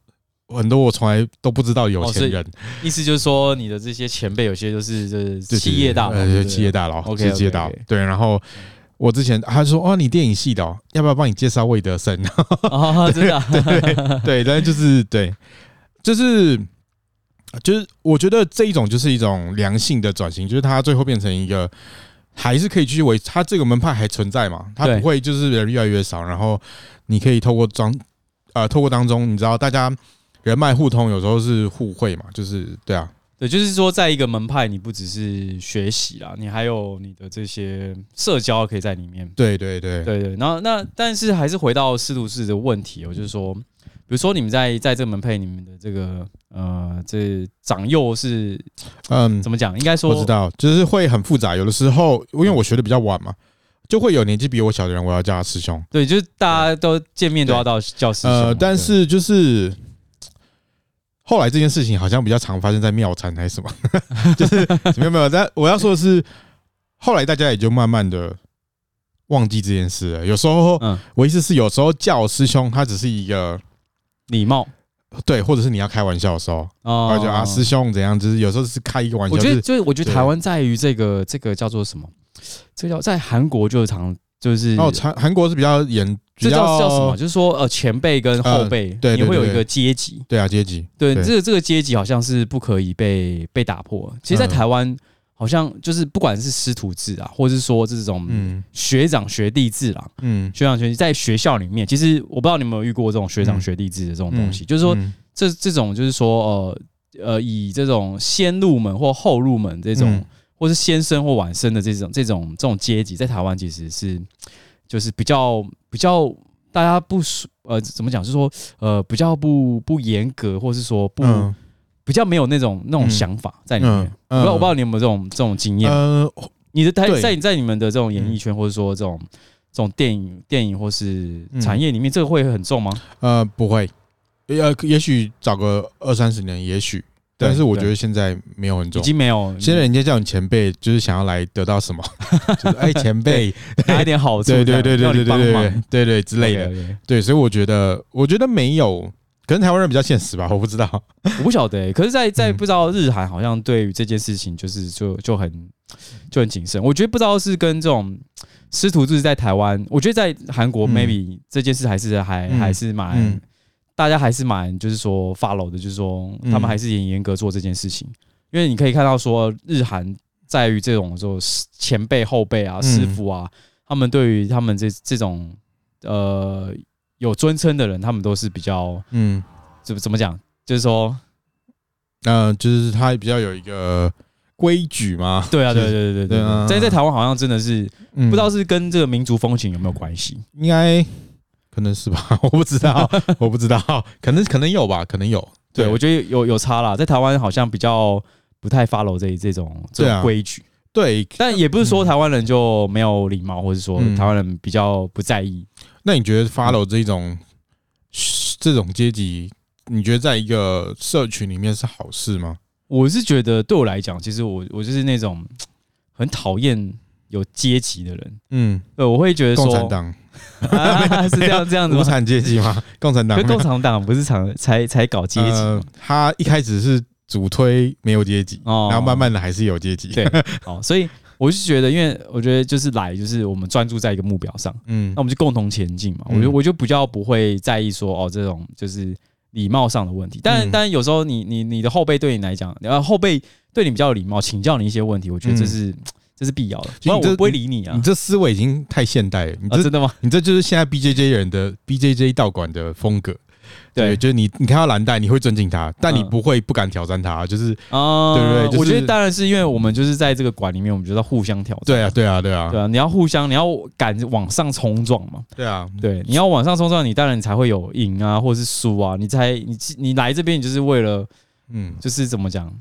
Speaker 1: 很多我从来都不知道有钱
Speaker 2: 哦
Speaker 1: 人，
Speaker 2: 意思就是说你的这些前辈有些就是就是
Speaker 1: 对
Speaker 2: 企业大佬，
Speaker 1: 呃，
Speaker 2: 对
Speaker 1: 对
Speaker 2: 不对
Speaker 1: 企业大佬
Speaker 2: OK，OK，
Speaker 1: 是企业大佬
Speaker 2: OK
Speaker 1: 对。然后我之前他说哦，你电影系的、哦，要不要帮你介绍魏德森？
Speaker 2: 啊， 真的啊，
Speaker 1: 对，但是就是对，就是就是，我觉得这一种就是一种良性的转型，就是它最后变成一个还是可以继续维，它这个门派还存在嘛，它
Speaker 2: 对
Speaker 1: 不会就是人越来越少，然后你可以透过装呃，透过当中，你知道大家人脉互通，有时候是互惠嘛，就是对啊，
Speaker 2: 对，就是说在一个门派，你不只是学习啦，你还有你的这些社交可以在里面。
Speaker 1: 对对对，
Speaker 2: 对对，然后那但是还是回到师徒制的问题哦，就是说，比如说你们在在这个门派，你们的这个呃这长幼是
Speaker 1: 嗯，
Speaker 2: 怎么讲？应该说
Speaker 1: 我知道，就是会很复杂，有的时候因为我学的比较晚嘛，就会有年纪比我小的人，我要叫他师兄。
Speaker 2: 对，就是大家都见面都要到教室。
Speaker 1: 呃，但是就是后来这件事情好像比较常发生在庙产还是什么， 就是没有没有。但我要说的是，后来大家也就慢慢的忘记这件事了。有时候
Speaker 2: 嗯，
Speaker 1: 我意思是，有时候叫师兄，他只是一个
Speaker 2: 礼貌
Speaker 1: 对，或者是你要开玩笑的时候，
Speaker 2: 啊
Speaker 1: 而且啊师兄怎样，就是有时候是开一个玩笑，
Speaker 2: 我
Speaker 1: 就
Speaker 2: 觉得，
Speaker 1: 是
Speaker 2: 就是我觉得
Speaker 1: 对
Speaker 2: 台湾在于这个这个叫做什么？这个叫在韩国就常就是
Speaker 1: 哦，韩韩国是比较严，
Speaker 2: 这
Speaker 1: 比
Speaker 2: 叫
Speaker 1: 较
Speaker 2: 叫什么？？就是说呃，前辈跟后
Speaker 1: 呃
Speaker 2: 辈，
Speaker 1: 对
Speaker 2: 你会
Speaker 1: 对
Speaker 2: 有一
Speaker 1: 对
Speaker 2: 个阶级。
Speaker 1: 对啊，阶级
Speaker 2: 对，
Speaker 1: 对
Speaker 2: 这个这个阶级好像是不可以被被打破。其实，在
Speaker 1: 嗯
Speaker 2: 台湾好像就是不管是师徒制啊，或是说这种
Speaker 1: 嗯
Speaker 2: 学长学弟制啦，
Speaker 1: 嗯，
Speaker 2: 学长学弟在学校里面，其实我不知道你们有没有遇过这种学长
Speaker 1: 嗯
Speaker 2: 学弟制的这种
Speaker 1: 嗯
Speaker 2: 东西，就是说
Speaker 1: 嗯
Speaker 2: 这这种就是说呃呃，以这种先入门或后入门这种
Speaker 1: 嗯，
Speaker 2: 或是先生或晚生的这种这种这种阶级，在台湾其实是就是比较比较大家不熟呃怎么讲，是说呃比较不不严格，或是说不、
Speaker 1: 嗯
Speaker 2: 比较没有那种那种
Speaker 1: 嗯
Speaker 2: 想法在里面。
Speaker 1: 嗯
Speaker 2: 我不知道我不知道
Speaker 1: 嗯
Speaker 2: 你有没有这种这种经验，
Speaker 1: 呃，
Speaker 2: 你的台
Speaker 1: 对
Speaker 2: 在在你们的这种演艺圈，或者说这种。这种电影、电影或是
Speaker 1: 嗯
Speaker 2: 产业里面，这个会很重吗？
Speaker 1: 呃，不会，呃，也许找个二三十年，也许，
Speaker 2: 对
Speaker 1: 但是我觉
Speaker 2: 对
Speaker 1: 得现在没有很
Speaker 2: 已
Speaker 1: 重。
Speaker 2: 经没有，
Speaker 1: 现在人家叫你前辈，就是想要来得到 什么？就是哎，前辈，
Speaker 2: 拿一点好处，
Speaker 1: 对对对
Speaker 2: 这
Speaker 1: 对
Speaker 2: 样
Speaker 1: 对对
Speaker 2: 要你
Speaker 1: 对
Speaker 2: 帮忙
Speaker 1: 对对对之类的，
Speaker 2: OK，OK
Speaker 1: 对，所以我觉得，我觉得没有，可能台湾人比较现实吧，我不知道。
Speaker 2: 我不晓得欸、可是在，在
Speaker 1: 嗯
Speaker 2: 不知道日韩好像对于这件事情就是就就很就很谨慎。我觉得不知道是跟这种师徒制在台湾，我觉得在韩国
Speaker 1: 嗯
Speaker 2: maybe 这件事还是还、
Speaker 1: 嗯
Speaker 2: 还是蛮、
Speaker 1: 嗯
Speaker 2: 大家还是蛮就是说 follow 的，就是说
Speaker 1: 嗯
Speaker 2: 他们还是严严格做这件事情，因为你可以看到说日韩在于这种说前辈后辈啊、
Speaker 1: 嗯
Speaker 2: 师傅啊，他们对于他们这这种呃有尊称的人，他们都是比较
Speaker 1: 嗯，
Speaker 2: 怎么怎么讲，就是说。
Speaker 1: 那呃就是他比较有一个规矩嘛。
Speaker 2: 对啊，
Speaker 1: 就
Speaker 2: 对
Speaker 1: 是
Speaker 2: 对对对
Speaker 1: 对啊
Speaker 2: 对，在在台湾好像真的是
Speaker 1: 嗯
Speaker 2: 不知道是跟这个民族风情有没有关系。
Speaker 1: 应该可能是吧， 我不知 道，我不知道，可能可能有吧，可能有。
Speaker 2: 对，我觉得有有差啦，在台湾好像比较不太 follow 这这种这
Speaker 1: 对
Speaker 2: 种
Speaker 1: 啊
Speaker 2: 规矩。
Speaker 1: 对，
Speaker 2: 但也不是说台湾人就没有礼貌，或者说
Speaker 1: 嗯
Speaker 2: 台湾人比较不在意。
Speaker 1: 那你觉得 follow 这种这种阶级，你觉得在一个社群里面是好事吗？
Speaker 2: 我是觉得对我来讲，其实我我就是那种很讨厌有阶级的人。
Speaker 1: 嗯，
Speaker 2: 对，我会觉得说
Speaker 1: 共产党、
Speaker 2: 啊，是这样这样子
Speaker 1: 无
Speaker 2: 吗？
Speaker 1: 产阶级 吗？共产党
Speaker 2: 可，共产党不是常才才搞阶级吗
Speaker 1: 呃，他一开始是主推没有阶级，
Speaker 2: 哦
Speaker 1: 然后慢慢的还是有阶级。
Speaker 2: 对哦，所以我是觉得，因为我觉得就是来，就是我们专注在一个目标上，
Speaker 1: 嗯
Speaker 2: 那我们就共同前进嘛。我
Speaker 1: 嗯
Speaker 2: 就我就比较不会在意说哦这种就是礼貌上的问题。但
Speaker 1: 嗯
Speaker 2: 但有时候你你你的后辈对你来讲，然后后辈对你比较有礼貌，请教你一些问题，我觉得这是这是必要的，
Speaker 1: 其实
Speaker 2: 不
Speaker 1: 嗯
Speaker 2: 然
Speaker 1: 你这
Speaker 2: 我不会理你啊
Speaker 1: 你。这思维已经太现代了，你
Speaker 2: 啊，
Speaker 1: 这
Speaker 2: 真的吗？
Speaker 1: 你这就是现在 BJJ 人的 BJJ 道馆的风格。
Speaker 2: 对
Speaker 1: 就是你你看到蓝带，你会尊敬他，但你
Speaker 2: 嗯
Speaker 1: 不会不敢挑战他，就是
Speaker 2: 啊，
Speaker 1: 对对对就是
Speaker 2: 我觉得当然是因为我们就是在这个馆里面，我们就在互相挑战。
Speaker 1: 对啊，对啊，对啊，
Speaker 2: 对啊，你要互相，你要敢往上冲撞嘛。
Speaker 1: 对啊，
Speaker 2: 对，你要往上冲撞，你当然你才会有赢啊，或者是输啊。你才你你来这边，你就是为了
Speaker 1: 嗯，
Speaker 2: 就是怎么讲，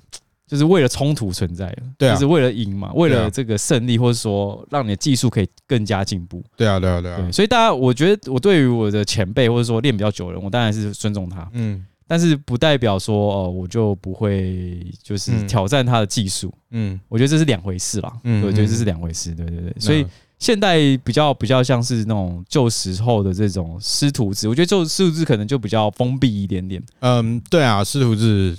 Speaker 2: 就是为了冲突存在的，
Speaker 1: 对啊
Speaker 2: 就是为了赢嘛，为
Speaker 1: 对
Speaker 2: 了
Speaker 1: 啊
Speaker 2: 这个胜利，或者说让你的技术可以更加进步。
Speaker 1: 对啊，对啊，对啊
Speaker 2: 对，，所以大家，我觉得我对于我的前辈或者说练比较久的人，我当然是尊重他，
Speaker 1: 嗯
Speaker 2: 但是不代表说哦、我就不会就是
Speaker 1: 嗯
Speaker 2: 挑战他的技术。
Speaker 1: 嗯，
Speaker 2: 我觉得这是两回事啦，
Speaker 1: 嗯
Speaker 2: 嗯，我觉
Speaker 1: 嗯
Speaker 2: 得这是两回事，对对对，所以现代比较比较像是那种旧时候的这种师徒制，我觉得旧师徒制可能就比较封闭一点点。
Speaker 1: 嗯，对啊，师徒制，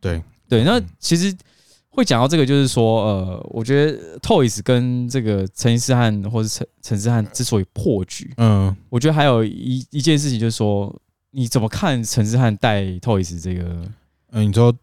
Speaker 1: 对，
Speaker 2: 对，那
Speaker 1: 嗯
Speaker 2: 其实会讲到这个，就是说，呃，我觉得 Toys 跟这个成吉思汗或者陈陈思汗之所以破局，
Speaker 1: 嗯
Speaker 2: 我觉得还有一一件事情就是说，你怎么看陈思汗带 Toys 这个？
Speaker 1: 嗯，你说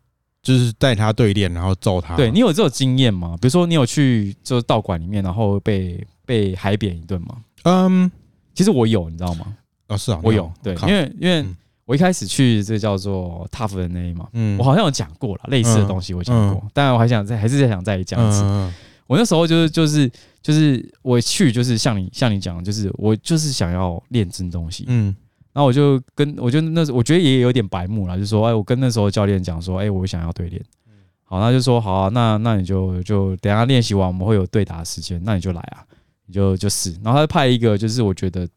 Speaker 1: 就是带他对练，然后揍他，
Speaker 2: 对你有这种经验吗？比如说你有去就是道馆里面，然后被被海扁一顿吗？
Speaker 1: 嗯，
Speaker 2: 其实我有，你知道吗？
Speaker 1: 哦，是啊，
Speaker 2: 我
Speaker 1: 你
Speaker 2: 有，对，
Speaker 1: 靠
Speaker 2: 因为因为
Speaker 1: 嗯
Speaker 2: 我一开始去这个叫做 Tough 的那嘛，
Speaker 1: 嗯
Speaker 2: 我好像有讲过了，类似的东西我讲过，但我还想再还是再想再讲一次。
Speaker 1: 嗯嗯
Speaker 2: 我那时候就是就是就是我去就是像你像你讲的，就是我就是想要练真东西，
Speaker 1: 嗯
Speaker 2: 然后我就跟我就那时候我觉得也有点白目了，就说哎，我跟那时候教练讲说，哎，我想要对练。好，那就说好啊、那那你就就等一下练习完，我们会有对打的时间，那你就来啊，你就就试。然后他就派一个就是我觉得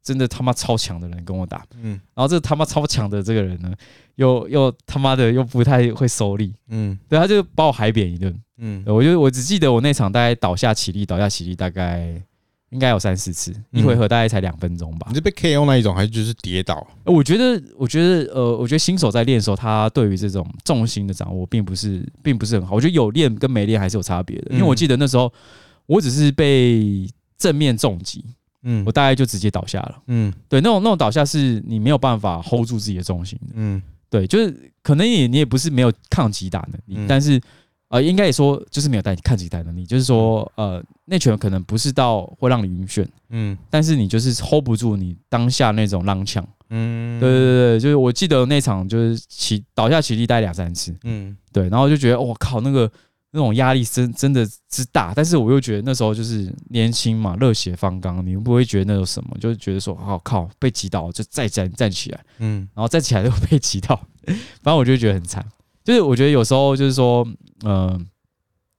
Speaker 2: 真的他妈超强的人跟我打，
Speaker 1: 嗯
Speaker 2: 然后这个他妈超强的这个人呢，又又他妈的又不太会收力，
Speaker 1: 嗯
Speaker 2: 对，他就把我海扁一顿。
Speaker 1: 嗯
Speaker 2: 对我就我只记得我那场大概倒下起立，倒下起立大概应该有三四次，一回合大概才两分钟吧
Speaker 1: 嗯你。是被 KO 那一种，还是就是跌倒？
Speaker 2: 呃我觉得，我觉得，呃，我觉得新手在练的时候，他对于这种重心的掌握并不是，并不是很好。我觉得有练跟没练还是有差别的，因为
Speaker 1: 嗯
Speaker 2: 我记得那时候我只是被正面重击，
Speaker 1: 嗯
Speaker 2: 我大概就直接倒下了。
Speaker 1: 嗯
Speaker 2: 对，那种那种倒下是你没有办法 hold 住自己的重心的。
Speaker 1: 嗯
Speaker 2: 对，就是可能也你也不是没有抗击打能力，
Speaker 1: 嗯
Speaker 2: 但是呃，应该也说就是没有带抗击打能力，就是说呃，那拳可能不是到会让你晕眩，
Speaker 1: 嗯
Speaker 2: 但是你就是 hold 不住你当下那种踉跄。
Speaker 1: 嗯，
Speaker 2: 对对对对，就是我记得那场就是起倒下起立大概两三次，
Speaker 1: 嗯
Speaker 2: 对，然后就觉得我、哦靠那个。那种压力真真的之大，但是我又觉得那时候就是年轻嘛，热血方刚，你不会觉得那有什么，就是觉得说，好、靠，被击倒就再站站起来，
Speaker 1: 嗯
Speaker 2: 然后再起来又被击倒， 反正我就觉得很惨。就是我觉得有时候就是说，呃，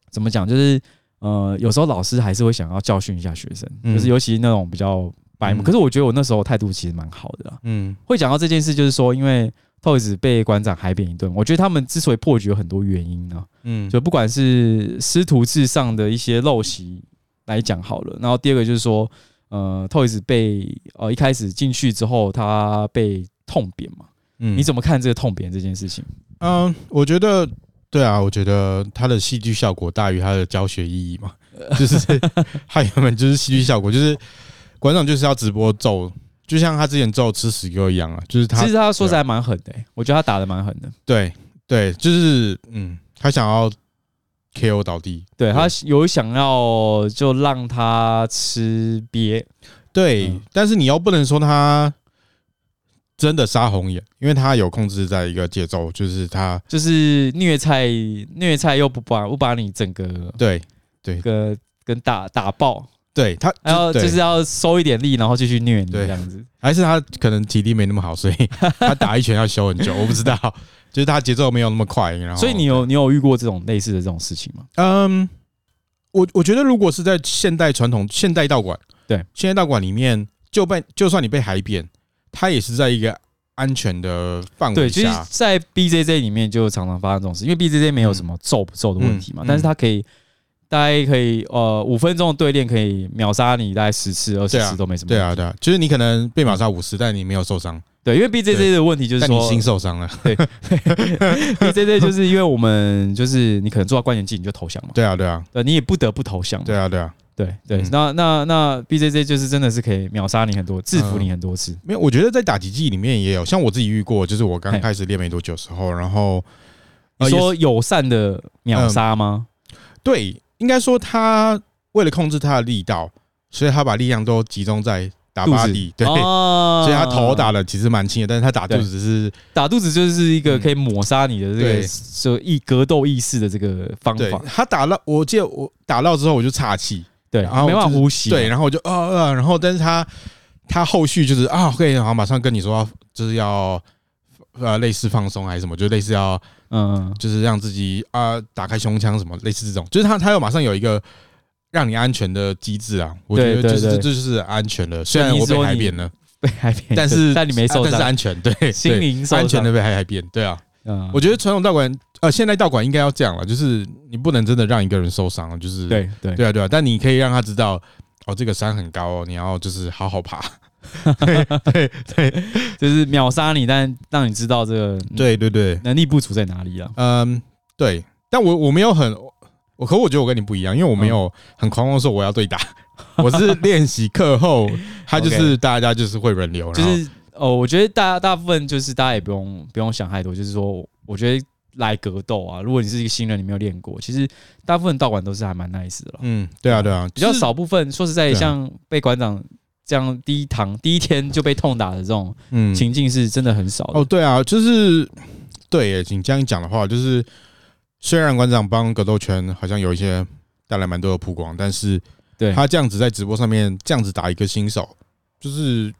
Speaker 2: 怎么讲，就是呃，有时候老师还是会想要教训一下学生，
Speaker 1: 嗯
Speaker 2: 就是尤其那种比较白目。
Speaker 1: 嗯
Speaker 2: 可是我觉得我那时候态度其实蛮好的啦。
Speaker 1: 嗯
Speaker 2: 会讲到这件事，就是说，因为 Toys 被馆长海扁一顿，我觉得他们之所以破局有很多原因呢、
Speaker 1: 嗯，
Speaker 2: 就不管是师徒制上的一些陋习来讲好了，然后第二个就是说，呃，Toys 被呃一开始进去之后，他被痛扁嘛。
Speaker 1: 你
Speaker 2: 你怎么看这个痛扁这件事情？
Speaker 1: 嗯，我觉得对啊，我觉得它的戏剧效果大于它的教学意义嘛， 就是它原本就是戏剧效果，就是馆长就是要直播揍，就像他之前揍吃屎哥一样啊，就是他啊
Speaker 2: 其实他说实在蛮狠的、欸，我觉得他打的蛮狠的。
Speaker 1: 对对，就是嗯，他想要 KO 倒地，
Speaker 2: 对他有想要就让他吃瘪，
Speaker 1: 对，
Speaker 2: 嗯
Speaker 1: 但是你又不能说他真的杀红眼，因为他有控制在一个节奏，就是他
Speaker 2: 就是虐菜，虐菜又不把不把你整个
Speaker 1: 对
Speaker 2: 个跟打打爆，
Speaker 1: 对他
Speaker 2: 然后
Speaker 1: 对
Speaker 2: 就是要收一点力，然后继续虐你
Speaker 1: 对
Speaker 2: 这样子。
Speaker 1: 还是他可能体力没那么好，所以 他打一拳要休很久，我不知道，就是他节奏没有那么快。然后，
Speaker 2: 所以你有你有遇过这种类似的这种事情吗？
Speaker 1: 嗯，我我觉得如果是在现代传统现代道馆，
Speaker 2: 对
Speaker 1: 现代道馆里面，就被就算你被海扁，它也是在一个安全的范围
Speaker 2: 对，其实
Speaker 1: 下，，
Speaker 2: 在 BJJ 里面就常常发生这种事，因为 BJJ 没有什么揍不揍的问题嘛，
Speaker 1: 嗯嗯嗯
Speaker 2: 但是它可以，大概可以呃五分钟的对练可以秒杀你大概十次、二十
Speaker 1: 对啊
Speaker 2: 次都没什么。
Speaker 1: 对，啊对啊，就是你可能被秒杀五十，但你没有受伤，
Speaker 2: 对，因为 BJJ 的问题嗯就是
Speaker 1: 但你
Speaker 2: 说
Speaker 1: 心受伤了。
Speaker 2: ，BJJ 就是因为我们就是你可能做到关键技你就投降嘛，
Speaker 1: 对啊对啊
Speaker 2: 对，你也不得不投降嘛。
Speaker 1: 对啊对啊，
Speaker 2: 对对，
Speaker 1: 嗯
Speaker 2: 那那那 BJJ 就是真的是可以秒杀你很多，制服你很多次。
Speaker 1: 没有，我觉得在打击技里面也有，像我自己遇过，就是我刚
Speaker 2: 嘿
Speaker 1: 开始练没多久的时候，然后呃
Speaker 2: 你
Speaker 1: 也嗯
Speaker 2: 说友善的秒杀吗？
Speaker 1: 对，应该说他为了控制他的力道，所以他把力量都集中在打
Speaker 2: 肚
Speaker 1: 巴
Speaker 2: 子
Speaker 1: 底，对，
Speaker 2: 哦
Speaker 1: 所以他头打的其实蛮轻的，但是他打肚子是
Speaker 2: 打肚子就是一个可以抹杀你的这
Speaker 1: 嗯对
Speaker 2: 个就意格斗意识的这个方
Speaker 1: 对
Speaker 2: 法，
Speaker 1: 他打到，我记得我打到之后我就岔气，
Speaker 2: 对，
Speaker 1: 然后
Speaker 2: 没办法
Speaker 1: 就是
Speaker 2: 呼吸，
Speaker 1: 对，，然后我就呃呃，然后但是他他后续就是啊，可以，然后马上跟你说要就是要呃类似放松还是什么，就类似要
Speaker 2: 嗯，
Speaker 1: 就是让自己啊、打开胸腔什么类似这种，就是他他又马上有一个让你安全的机制啊，我觉得
Speaker 2: 对
Speaker 1: 就
Speaker 2: 对
Speaker 1: 是这
Speaker 2: 对
Speaker 1: 这就是安全的，虽然
Speaker 2: 你
Speaker 1: 我被
Speaker 2: 说
Speaker 1: 海
Speaker 2: 你
Speaker 1: 扁了，
Speaker 2: 被海扁，
Speaker 1: 但是 啊
Speaker 2: 但你没受
Speaker 1: 但是
Speaker 2: 伤，
Speaker 1: 安全 对，
Speaker 2: 心
Speaker 1: 对
Speaker 2: 灵受
Speaker 1: 安全
Speaker 2: 伤
Speaker 1: 的，被海海扁，对啊。
Speaker 2: 嗯，
Speaker 1: 我觉得传统道馆，呃，现代道馆应该要这样了，就是你不能真的让一个人受伤，就是
Speaker 2: 对对
Speaker 1: 对啊对啊，但你可以让他知道，哦，这个山很高哦，你要就是好好爬。
Speaker 2: 就是秒杀你，但让你知道这个嗯
Speaker 1: 对对对，
Speaker 2: 能力不足在哪里啊。
Speaker 1: 嗯，对，但我我没有很，我可我觉得我跟你不一样，因为我没有很狂妄地说我要对 打，我是练习课后，他就是
Speaker 2: OK
Speaker 1: 大家就是会轮流，
Speaker 2: 就
Speaker 1: 然后
Speaker 2: 是哦，我觉得大大部分就是大家也不用不用想太多，就是说，我觉得来格斗啊，如果你是一个新人，你没有练过，其实大部分道馆都是还蛮 nice 的了。
Speaker 1: 嗯，对啊对啊，
Speaker 2: 比较
Speaker 1: 就是
Speaker 2: 少部分，说实在，
Speaker 1: 对啊
Speaker 2: 像被馆长这样第一堂第一天就被痛打的这种
Speaker 1: 嗯
Speaker 2: 情境是真的很少的。
Speaker 1: 哦，对啊，就是对耶，你这样讲的话，就是虽然馆长帮格斗圈好像有一些带来蛮多的曝光，但是
Speaker 2: 对
Speaker 1: 他这样子在直播上面这样子打一个新手，就是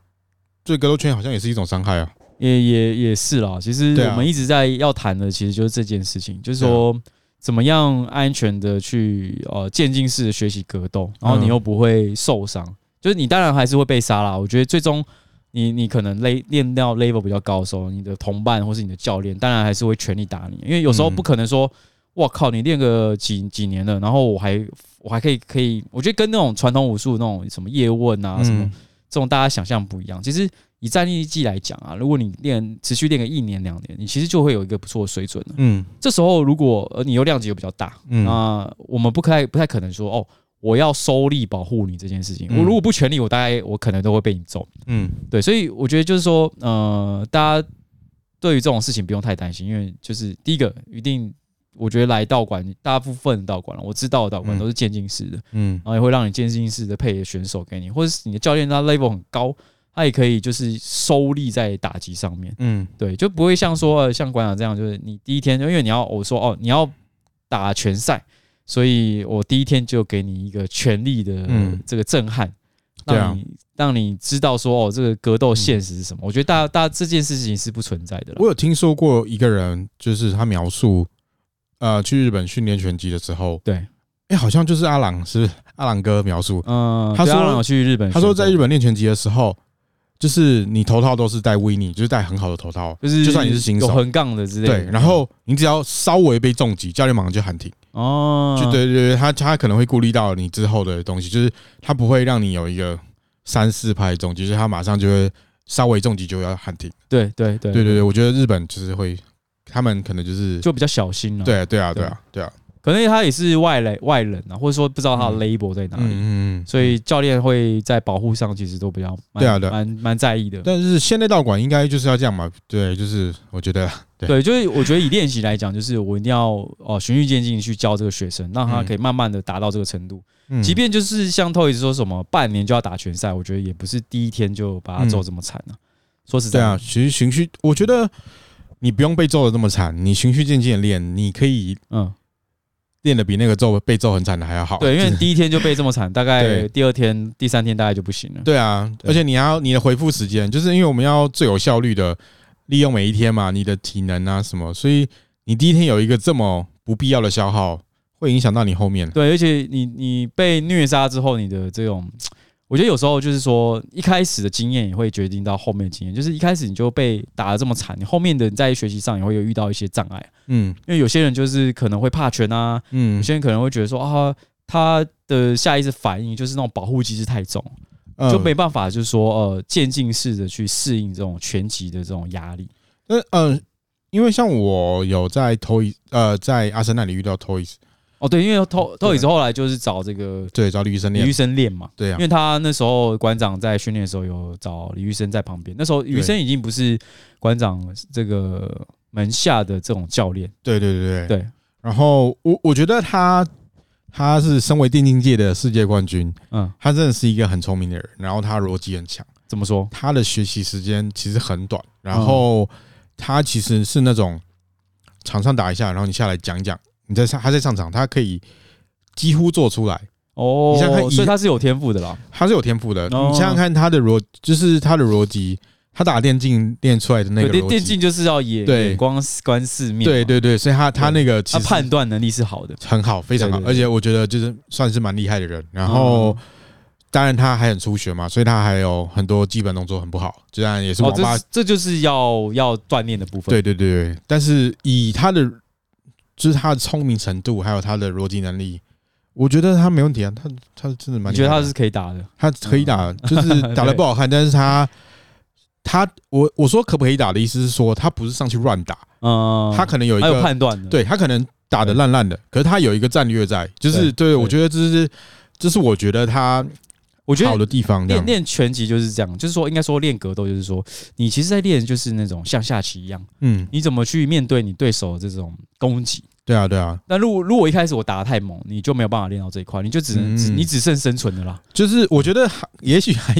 Speaker 1: 对格斗圈好像也是一种伤害啊。
Speaker 2: 也也也是啦。其实
Speaker 1: 对啊
Speaker 2: 我们一直在要谈的，其实就是这件事情，就是说怎么样安全的去呃渐进式的学习格斗，然后
Speaker 1: 嗯
Speaker 2: 你又不会受伤。就是你当然还是会被杀啦。我觉得最终你你可能累练到 level 比较高的时候，你的同伴或是你的教练，当然还是会全力打你，因为有时候
Speaker 1: 嗯
Speaker 2: 不可能说。我靠！你练个几几年了，然后我还我还可以可以，我觉得跟那种传统武术那种什么叶问啊、什么
Speaker 1: 嗯
Speaker 2: 这种大家想象不一样。其实以战力技来讲啊，如果你练持续练个一年两年，你其实就会有一个不错的水准了。
Speaker 1: 嗯
Speaker 2: 这时候如果呃你又量级又比较大，
Speaker 1: 嗯
Speaker 2: 那我们不太不太可能说哦，我要收力保护你这件事情。
Speaker 1: 嗯
Speaker 2: 我如果不全力，我大概我可能都会被你揍。
Speaker 1: 嗯，
Speaker 2: 对，所以我觉得就是说，呃，大家对于这种事情不用太担心，因为就是第一个一定。我觉得来道馆，大部分的道馆了，我知道的道馆
Speaker 1: 嗯
Speaker 2: 都是渐进式的，
Speaker 1: 嗯
Speaker 2: 然后也会让你渐进式的配选手给你，或者是你的教练他 level 很高，他也可以就是收力在打击上面，
Speaker 1: 嗯
Speaker 2: 对，就不会像说呃像馆长这样，就是你第一天因为你要我说哦你要打拳赛，所以我第一天就给你一个全力的
Speaker 1: 嗯
Speaker 2: 这个震撼，
Speaker 1: 对啊嗯
Speaker 2: 让你让你知道说哦这个格斗现实是什么。我觉得大家大家这件事情是不存在的啦
Speaker 1: 我，有听说过一个人，就是他描述，呃，去日本训练拳击的时候，
Speaker 2: 对，
Speaker 1: 哎、好像就是阿郎，是不是阿郎哥描述，
Speaker 2: 嗯，
Speaker 1: 他
Speaker 2: 对
Speaker 1: 说
Speaker 2: 啊让我去日本学
Speaker 1: 他
Speaker 2: 过，
Speaker 1: 说在日本练拳击的时候，就是你头套都是戴 w i n n 就是戴很好的头套，
Speaker 2: 就是
Speaker 1: 就算你是新手
Speaker 2: 有横杠的之类的，
Speaker 1: 对，然后你只要稍微被重击，教练马上就喊停。
Speaker 2: 哦，
Speaker 1: 就对对对，他他可能会顾虑到你之后的东西，就是他不会让你有一个三四拍重击，就是他马上就会稍微重击就要喊停。
Speaker 2: 对对对
Speaker 1: 对对对，我觉得日本就是会，他们可能就是
Speaker 2: 就比较小心了、，
Speaker 1: 对啊对啊对啊对啊，
Speaker 2: 可能他也是外来外人啊，或者说不知道他的
Speaker 1: 嗯
Speaker 2: label 在哪里，
Speaker 1: 嗯嗯嗯。
Speaker 2: 所以教练会在保护上其实都比较蛮
Speaker 1: 对啊对啊
Speaker 2: 蛮蛮在意的。
Speaker 1: 但是现代道馆应该就是要这样嘛，对，就是我觉得对
Speaker 2: 对，就是我觉得以练习来讲，就是我一定要哦循序渐进去教这个学生，让他
Speaker 1: 嗯
Speaker 2: 可以慢慢的达到这个程度。
Speaker 1: 嗯
Speaker 2: 即便就是像 Toys 说什么半年就要打拳赛，我觉得也不是第一天就把他
Speaker 1: 嗯
Speaker 2: 揍这么惨啊。说实在
Speaker 1: 对
Speaker 2: 的，
Speaker 1: 啊，其实循序，我觉得你不用被揍的这么惨，你循序渐进的练，你可以
Speaker 2: 嗯，
Speaker 1: 练的比那个揍被揍很惨的还要好。
Speaker 2: 对，因
Speaker 1: 哦就
Speaker 2: 为
Speaker 1: 是
Speaker 2: 第一天就被这么惨，大概
Speaker 1: 对
Speaker 2: 第二天、第三天大概就不行了。
Speaker 1: 对啊，
Speaker 2: 对
Speaker 1: 而且你还要你的回复时间，就是因为我们要最有效率的利用每一天嘛，你的体能啊什么，所以你第一天有一个这么不必要的消耗，会影响到你后面。
Speaker 2: 对，而且你你被虐杀之后，你的这种，我觉得有时候就是说，一开始的经验也会决定到后面的经验。就是一开始你就被打的这么惨，你后面的你在学习上也会有遇到一些障碍，
Speaker 1: 嗯
Speaker 2: 因为有些人就是可能会怕拳啊，有
Speaker 1: 嗯
Speaker 2: 些人可能会觉得说啊，他的下意识反应就是那种保护机制太重，
Speaker 1: 嗯
Speaker 2: 就没办法就是说呃渐进式的去适应这种拳击的这种压力。
Speaker 1: 那嗯、呃，因为像我有在 Toys 呃在阿森那里遇到 Toys，
Speaker 2: 哦，对，因为透透椅子后来就是找这个
Speaker 1: 对，找李医生
Speaker 2: 李玉
Speaker 1: 练，
Speaker 2: 生练嘛，
Speaker 1: 对啊
Speaker 2: 因，为他那时候馆长在训练的时候有找李玉生在旁边，那时候李玉生已经不是馆长这个门下的这种教练，
Speaker 1: 对对对
Speaker 2: 对。
Speaker 1: 然后我我觉得他他是身为电竞界的世界冠军，
Speaker 2: 嗯，
Speaker 1: 他真的是一个很聪明的人，然后他逻辑很强，
Speaker 2: 怎么说？
Speaker 1: 他的学习时间其实很短，然后他其实是那种场上打一下，然后你下来讲一讲，你在上他在上场，他可以几乎做出来。
Speaker 2: 哦
Speaker 1: 你想看，以
Speaker 2: 所以他是有天赋的啦，
Speaker 1: 他是有天赋的，你
Speaker 2: 哦
Speaker 1: 想想看他的逻，就是他的逻辑，他打电竞练出来的那个
Speaker 2: 对电
Speaker 1: 逻
Speaker 2: 电
Speaker 1: 辑，
Speaker 2: 竞就是要眼
Speaker 1: 对
Speaker 2: 眼光观四面嘛，
Speaker 1: 对对对，所以他他那个其
Speaker 2: 他
Speaker 1: 实
Speaker 2: 判断能力是好的，
Speaker 1: 很好，非常好
Speaker 2: 对，嗯对
Speaker 1: 而且我觉得就是算是蛮厉害的人。然后当然他还很初学嘛，所以他还有很多基本动作很不好，虽然也是
Speaker 2: 哦
Speaker 1: 网，
Speaker 2: 这
Speaker 1: 吧
Speaker 2: 是这就是要要锻炼的部分，
Speaker 1: 对对对，对但是以他的就是他的聪明程度，还有他的逻辑能力，我觉得他没问题啊，他他真的蛮
Speaker 2: 你
Speaker 1: 厉害的。
Speaker 2: 觉得他是嗯可以打的？
Speaker 1: 他可以打，就是 打的不好看，但是他他我我说可不可以打的意思是说，他不是上去乱打，
Speaker 2: 嗯，
Speaker 1: 他可能有一
Speaker 2: 还有
Speaker 1: 个
Speaker 2: 判断的，
Speaker 1: 对他可能打的烂烂的，可是他有一个战略在，就是
Speaker 2: 对
Speaker 1: 对
Speaker 2: 对
Speaker 1: 我觉得这是这是我觉得他
Speaker 2: 我觉得
Speaker 1: 好的地方，这
Speaker 2: 练
Speaker 1: 样
Speaker 2: 练拳击就是这样，就是说应该说练格斗，就是说你其实在练就是那种像下棋一样，
Speaker 1: 嗯，
Speaker 2: 你怎么去面对你对手的这种攻击。
Speaker 1: 对啊对啊，
Speaker 2: 那如果如果一开始我打得太猛，你就没有办法练到这一块，你就只能、只
Speaker 1: 嗯
Speaker 2: 你只剩生存的啦。
Speaker 1: 就是我觉得还也许还。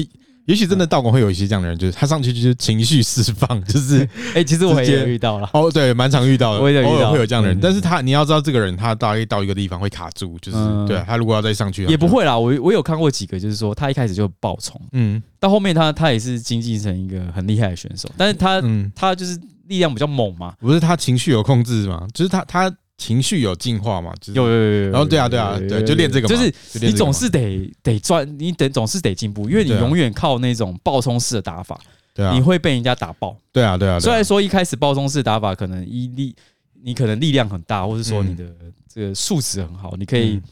Speaker 1: 也许真的道馆会有一些这样的人，就是他上去就是情绪释放， 就是
Speaker 2: 哎、其实我
Speaker 1: 直接
Speaker 2: 也遇到了，
Speaker 1: 哦，对，蛮常遇到的，
Speaker 2: 我也有遇到
Speaker 1: 偶尔会有这样的人，
Speaker 2: 对对
Speaker 1: 但是他你要知道这个人，他大概到一个地方会卡住，就是
Speaker 2: 嗯
Speaker 1: 对啊他如果要再上去
Speaker 2: 也不，会啦。我我有看过几个，就是说他一开始就爆冲，
Speaker 1: 他就嗯
Speaker 2: 到后面他他也是精进成一个很厉害的选手，但是他、
Speaker 1: 嗯，
Speaker 2: 他就是力量比较猛嘛。
Speaker 1: 不是他情绪有控制嘛，就是他他情绪有进化嘛，就是
Speaker 2: 有有有有有，
Speaker 1: 然后对啊对啊
Speaker 2: 有有有
Speaker 1: 对就练这个嘛
Speaker 2: 就是
Speaker 1: 就练
Speaker 2: 你
Speaker 1: 这个嘛
Speaker 2: 总是得得赚，你得总是得进步，因为你
Speaker 1: 对啊
Speaker 2: 永远靠那种爆冲式的打法，
Speaker 1: 对啊
Speaker 2: 你会被人家打爆。
Speaker 1: 对啊对啊，
Speaker 2: 虽
Speaker 1: 对啊
Speaker 2: 然说一开始爆冲式打法可能一力，你可能力量很大，或是说
Speaker 1: 嗯
Speaker 2: 你的这个素质很好，你可以
Speaker 1: 嗯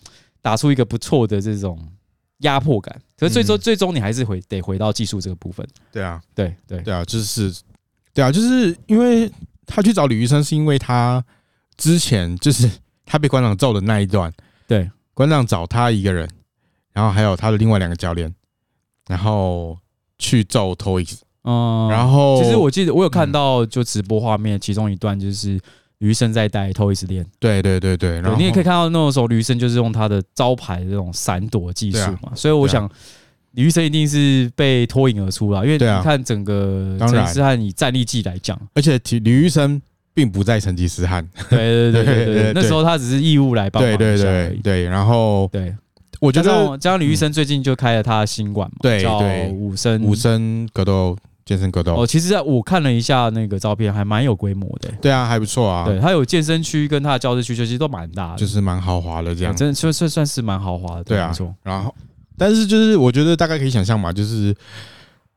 Speaker 2: 打出一个不错的这种压迫感。可是最
Speaker 1: 嗯
Speaker 2: 终最终你还是回得回到技术这个部分。
Speaker 1: 对啊
Speaker 2: 对对
Speaker 1: 对啊，就是对啊，就是因为他去找李医生是因为他之前就是他被馆长揍的那一段，
Speaker 2: 对，
Speaker 1: 馆长找他一个人，然后还有他的另外两个教练，然后去揍 Toys，
Speaker 2: 嗯。
Speaker 1: 然后
Speaker 2: 其实我记得我有看到就直播画面，其中一段就是。余生在带偷一直练，
Speaker 1: 对对对对，然
Speaker 2: 对
Speaker 1: 后
Speaker 2: 你也可以看到那时候余生就是用他的招牌的这种闪躲技术
Speaker 1: 对啊
Speaker 2: 嘛，所以我
Speaker 1: 对啊
Speaker 2: 想李玉生一定是被脱颖而出啦，因为你
Speaker 1: 对啊
Speaker 2: 看整个
Speaker 1: 当
Speaker 2: 陈
Speaker 1: 然
Speaker 2: 思汉以战力技来讲，
Speaker 1: 而且体李医生并不在成吉思汗，
Speaker 2: 对对对对
Speaker 1: 对
Speaker 2: 对，
Speaker 1: 对
Speaker 2: 那时候他只是义务来帮忙
Speaker 1: 对对
Speaker 2: 一下而
Speaker 1: 对
Speaker 2: 已
Speaker 1: 对，然后
Speaker 2: 对，
Speaker 1: 我
Speaker 2: 我
Speaker 1: 觉得
Speaker 2: 加上李医生最近就开了他的新馆嘛，
Speaker 1: 对
Speaker 2: 叫
Speaker 1: 对
Speaker 2: 武生
Speaker 1: 武。生格斗、健身格斗
Speaker 2: 哦，，其实我看了一下那个照片，还蛮有规模的。
Speaker 1: 对啊，还不错啊，
Speaker 2: 对，他有健身区跟他的教室区，其实都蛮大的，
Speaker 1: 就是蛮豪华的这样
Speaker 2: 对。真的算算算是蛮豪华的，
Speaker 1: 对啊
Speaker 2: 没错。
Speaker 1: 然后，但是就是我觉得大概可以想象嘛，就是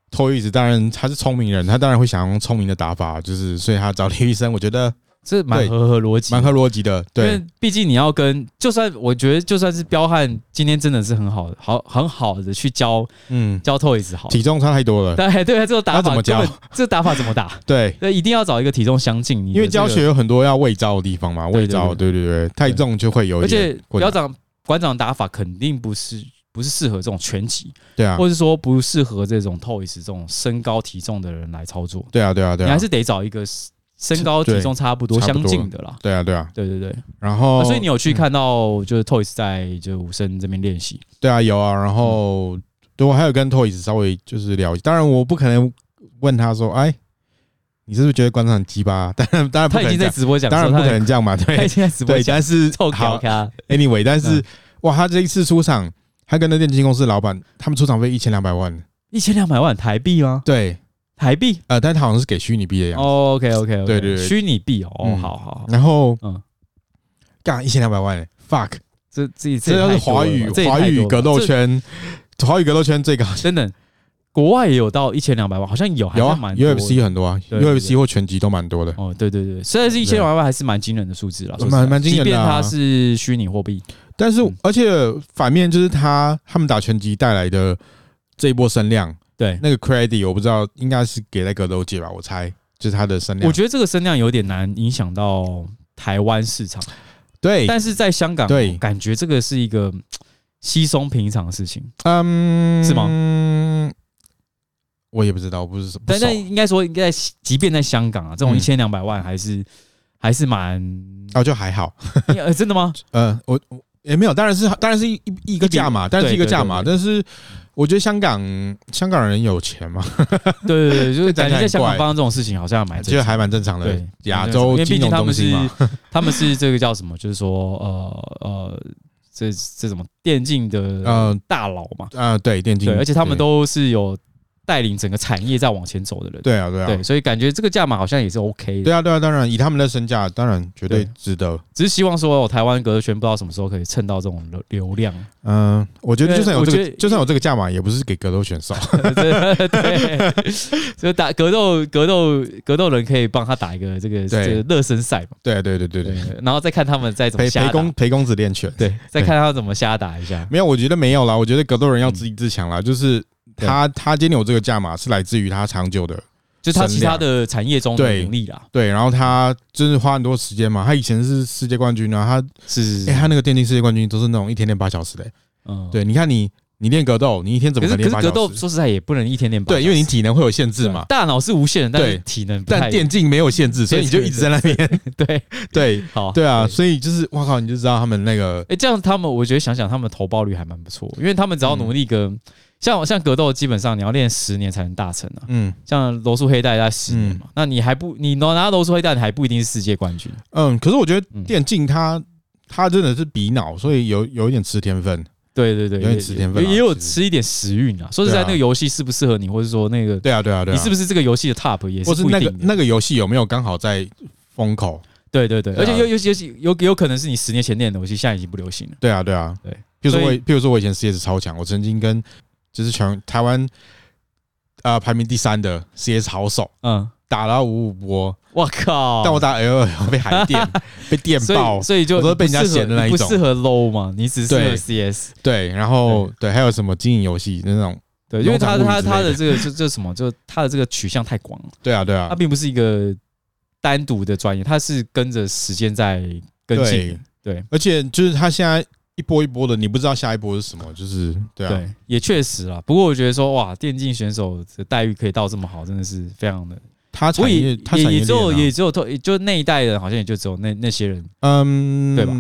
Speaker 1: 托伊子当然他是聪明人，他当然会想用聪明的打法，就是所以他找李医生，我觉得
Speaker 2: 这蛮
Speaker 1: 对
Speaker 2: 合合逻辑的，
Speaker 1: 蛮合逻辑的。
Speaker 2: 因
Speaker 1: 对
Speaker 2: 为毕竟你要跟，就算我觉得就算是彪悍，今天真的是很好好很好的去教
Speaker 1: 嗯，
Speaker 2: 教 Toys 好，
Speaker 1: 体重差太多了。
Speaker 2: 对对，这种打
Speaker 1: 那怎
Speaker 2: 法
Speaker 1: 么
Speaker 2: 根
Speaker 1: 教
Speaker 2: 本这打法怎么打？
Speaker 1: 对，
Speaker 2: 对，一定要找一个体重相近，你的
Speaker 1: 因为
Speaker 2: 这个
Speaker 1: 教学，有很多要胃招的地方嘛，
Speaker 2: 对
Speaker 1: 胃招，对对对，太重就会有
Speaker 2: 而
Speaker 1: 一点
Speaker 2: 且
Speaker 1: 困
Speaker 2: 表
Speaker 1: 难。
Speaker 2: 长馆长打法肯定不是不是适合这种拳击，
Speaker 1: 对啊，
Speaker 2: 或者说不适合这种 Toys 这种身高体重的人来操作，
Speaker 1: 对啊，对啊，对
Speaker 2: 你还
Speaker 1: 啊，
Speaker 2: 是得找一个身高
Speaker 1: 对
Speaker 2: 体重差不多
Speaker 1: 差不
Speaker 2: 相
Speaker 1: 多哦
Speaker 2: 近的啦。
Speaker 1: 对啊，对啊。
Speaker 2: 对对对，
Speaker 1: 然后，
Speaker 2: 啊所以你有去看到就是 Toys 在就武生这边练习，
Speaker 1: 对啊，有啊，然后对我还有跟 Toys 稍微就是聊一，当然我不可能问他说，哎，你是不是觉得馆长很鸡巴啊？ 当然，当然不
Speaker 2: 他
Speaker 1: 可能
Speaker 2: 已经
Speaker 1: 这
Speaker 2: 在
Speaker 1: 样，
Speaker 2: 直播讲说
Speaker 1: 当
Speaker 2: 他，
Speaker 1: 然不可能这样嘛，
Speaker 2: 他已
Speaker 1: 对
Speaker 2: 经在直播
Speaker 1: 对，
Speaker 2: 讲
Speaker 1: 但是
Speaker 2: 臭屌
Speaker 1: 好
Speaker 2: 咖，
Speaker 1: anyway，但是
Speaker 2: 嗯
Speaker 1: 哇，他这一次出场，他跟那电竞公司老板他们出场费一千两百万，
Speaker 2: 一千两百万台币吗？
Speaker 1: 对，
Speaker 2: 台币？
Speaker 1: 呃，但他好像是给虚拟币的样子，
Speaker 2: 哦，OK OK OK，
Speaker 1: 对对对
Speaker 2: 虚拟币哦，哦
Speaker 1: 嗯
Speaker 2: 好好好，
Speaker 1: 然后
Speaker 2: 嗯
Speaker 1: 干一千两百万欸 fuck，
Speaker 3: 这自己
Speaker 1: 这要是华语华语格斗圈，华语格斗圈最高
Speaker 2: 等等，国外也有到一千两百万，好像有，还
Speaker 1: 有啊
Speaker 2: 是蛮多的
Speaker 1: ，UFC 很多啊
Speaker 2: 对对
Speaker 1: ，UFC 或拳击都蛮多的，
Speaker 2: 哦，对对对，虽然是一千两百万，还是蛮惊人的数字了，说实在
Speaker 1: 蛮蛮惊人的
Speaker 2: 即便
Speaker 1: 啊
Speaker 2: 它是虚拟货币，
Speaker 1: 但是
Speaker 2: 嗯
Speaker 1: 而且反面就是他他们打拳击带来的这一波声量，
Speaker 2: 对，
Speaker 1: 那个 credit 我不知道应该是给在格斗界吧，我猜就是他的声量
Speaker 2: 我，觉得这个声量有点难影响到台湾市场，
Speaker 1: 对，
Speaker 2: 但是在香港，
Speaker 1: 对
Speaker 2: 感觉这个是一个嘖稀松平常的事情，
Speaker 1: 嗯，
Speaker 2: 是吗
Speaker 1: 吗？我也不知道，我不是
Speaker 2: 但但
Speaker 1: 是
Speaker 2: 应该说，应该即便在香港啊，这
Speaker 1: 嗯
Speaker 2: 种一千两百万还是、还是 蛮、
Speaker 1: 哦，就还好，
Speaker 2: 因为呃，真的吗？
Speaker 1: 呃，我我也没有，当然是当然是一一一个价码，当然是一个价码，
Speaker 2: 对
Speaker 1: 但是我觉得香港香港人有钱嘛，
Speaker 2: 对对对，就是
Speaker 1: 这感觉
Speaker 2: 感觉在
Speaker 1: 很
Speaker 2: 香港
Speaker 1: 怪
Speaker 2: 发生这种事情好像蛮正
Speaker 1: 就
Speaker 2: 常
Speaker 1: 还蛮正常的
Speaker 2: 对，
Speaker 1: 亚
Speaker 2: 蛮正常因
Speaker 1: 洲
Speaker 2: 为
Speaker 1: 金
Speaker 2: 毕竟
Speaker 1: 融
Speaker 2: 他
Speaker 1: 中
Speaker 2: 们是
Speaker 1: 心嘛，
Speaker 2: 他们是这个叫什么？就是说呃呃，这这什么电竞的
Speaker 1: 呃
Speaker 2: 大佬嘛，
Speaker 1: 啊，对，电竞，
Speaker 2: 对，而且他们
Speaker 1: 对
Speaker 2: 都是有带领整个产业在往前走的人，
Speaker 1: 对啊，对啊，
Speaker 2: 对，所以感觉这个价码好像也是 OK 的
Speaker 1: 对。啊，对啊，当然以他们的身价，当然绝对
Speaker 2: 对
Speaker 1: 值得。
Speaker 2: 只是希望说，我哦台湾格斗圈不知道什么时候可以蹭到这种流流量。
Speaker 1: 嗯、我觉得就算有这
Speaker 2: 因为我觉
Speaker 1: 个
Speaker 2: 得，
Speaker 1: 就算有这个价码，也不是给格斗选手。
Speaker 2: 对， 对就打格斗格斗格斗人可以帮他打一个这
Speaker 1: 对
Speaker 2: 个这个热身赛嘛，
Speaker 1: 对对对对
Speaker 2: 对
Speaker 1: 对，，
Speaker 2: 然后再看他们再怎么
Speaker 1: 陪
Speaker 2: 瞎
Speaker 1: 陪
Speaker 2: 打
Speaker 1: 公，陪公子练拳。
Speaker 2: 对，再看他怎么瞎打一下。
Speaker 1: 没有，我觉得没有啦。我觉得格斗人要自立自强啦，就是
Speaker 2: 嗯对
Speaker 1: 他他今天有这个价码是来自于他长久的
Speaker 2: 就是他其他的产业中的
Speaker 1: 对
Speaker 2: 能力啦，
Speaker 1: 对，然后他真是花很多时间嘛。他以前是世界冠军啊，他
Speaker 2: 是是
Speaker 1: 哎、
Speaker 2: 是，
Speaker 1: 他那个电竞世界冠军都是那种一天练八小时的、欸
Speaker 2: 嗯，。
Speaker 1: 对，你看你你练格斗，你一天怎
Speaker 2: 可
Speaker 1: 么能
Speaker 2: 是可是
Speaker 1: 练八
Speaker 2: 格
Speaker 1: 小
Speaker 2: 斗
Speaker 1: 时？
Speaker 2: 说实在也不能一天练八小
Speaker 1: 对，
Speaker 2: 时，
Speaker 1: 因为你体能会有限制嘛，
Speaker 2: 大脑是无限的，但是
Speaker 1: 对
Speaker 2: 体能不太
Speaker 1: 但电竞没有限制，所以你就一直在那边。
Speaker 2: 啊 对
Speaker 1: 对
Speaker 2: 好
Speaker 1: 对啊，所以就是我靠，你就知道他们那个
Speaker 2: 哎、这样他们我觉得想想他们投报率还蛮不错，因为他们只要努力
Speaker 1: 嗯
Speaker 2: 个、像像格斗，基本上你要练十年才能大成啊。
Speaker 1: 嗯
Speaker 2: 像罗素黑带在十年嘛，那你还不你拿拿罗素黑带，你还不一定是世界冠军。
Speaker 1: 嗯，可是我觉得电竞它它真的是比脑，所以有有一点吃天分。
Speaker 2: 对对对，
Speaker 1: 有点
Speaker 2: 也
Speaker 1: 吃天分啊
Speaker 2: 也也有
Speaker 1: 其实
Speaker 2: 吃一点时运啊。说实在，
Speaker 1: 对啊
Speaker 2: 那个游戏适不适合你，或者说那个、
Speaker 1: 对啊对啊对啊，
Speaker 2: 你是不是这个游戏的 top 也
Speaker 1: 或
Speaker 2: 是
Speaker 1: 是
Speaker 2: 不一
Speaker 1: 那
Speaker 2: 定
Speaker 1: 个
Speaker 2: 的。
Speaker 1: 那个游戏有没有刚好在风口？
Speaker 2: 对对对，
Speaker 1: 对
Speaker 2: 而
Speaker 1: 啊
Speaker 2: 且有有有有有可能是你十年前练的游戏，现在已经不流行了。
Speaker 1: 对啊对啊
Speaker 2: 对。
Speaker 1: 譬如说我
Speaker 2: 所
Speaker 1: 以，譬如说我以前 CS 超强，我曾经跟就是全台湾啊、呃排名第三的 CS 好手
Speaker 2: 嗯，
Speaker 1: 打到五五波，
Speaker 2: 我靠！
Speaker 1: 但我打 L L 被海 电被电
Speaker 2: 所
Speaker 1: 爆
Speaker 2: 哦以，所以就
Speaker 1: 我都被人家嫌的那一
Speaker 2: 不
Speaker 1: 种
Speaker 2: 适合 low 嘛，你只适合
Speaker 1: 对
Speaker 2: CS。
Speaker 1: 对，然后对还有什么经营游戏那种，
Speaker 2: 对，因为他
Speaker 1: 农场物语
Speaker 2: 他
Speaker 1: 之
Speaker 2: 他的
Speaker 1: 类的
Speaker 2: 这个就就什么，就他的这个取向太广了，
Speaker 1: 对啊对啊
Speaker 2: 他，并不是一个单独的专业，他是跟着时间在跟进
Speaker 1: 对
Speaker 2: 的。对
Speaker 1: 而且就是他现在一波一波的，你不知道下一波是什么，就是对啊，
Speaker 2: 对，也确实啦。不过我觉得说，哇，电竞选手的待遇可以到这么好，真的是非常的。
Speaker 1: 他
Speaker 2: 我
Speaker 1: 产
Speaker 2: 也
Speaker 1: 业他
Speaker 2: 也
Speaker 1: 产业
Speaker 2: 也只有
Speaker 1: 链啊
Speaker 2: 也只有透，就那一代人，好像也就只有那那些人，
Speaker 1: 嗯
Speaker 2: 对吧？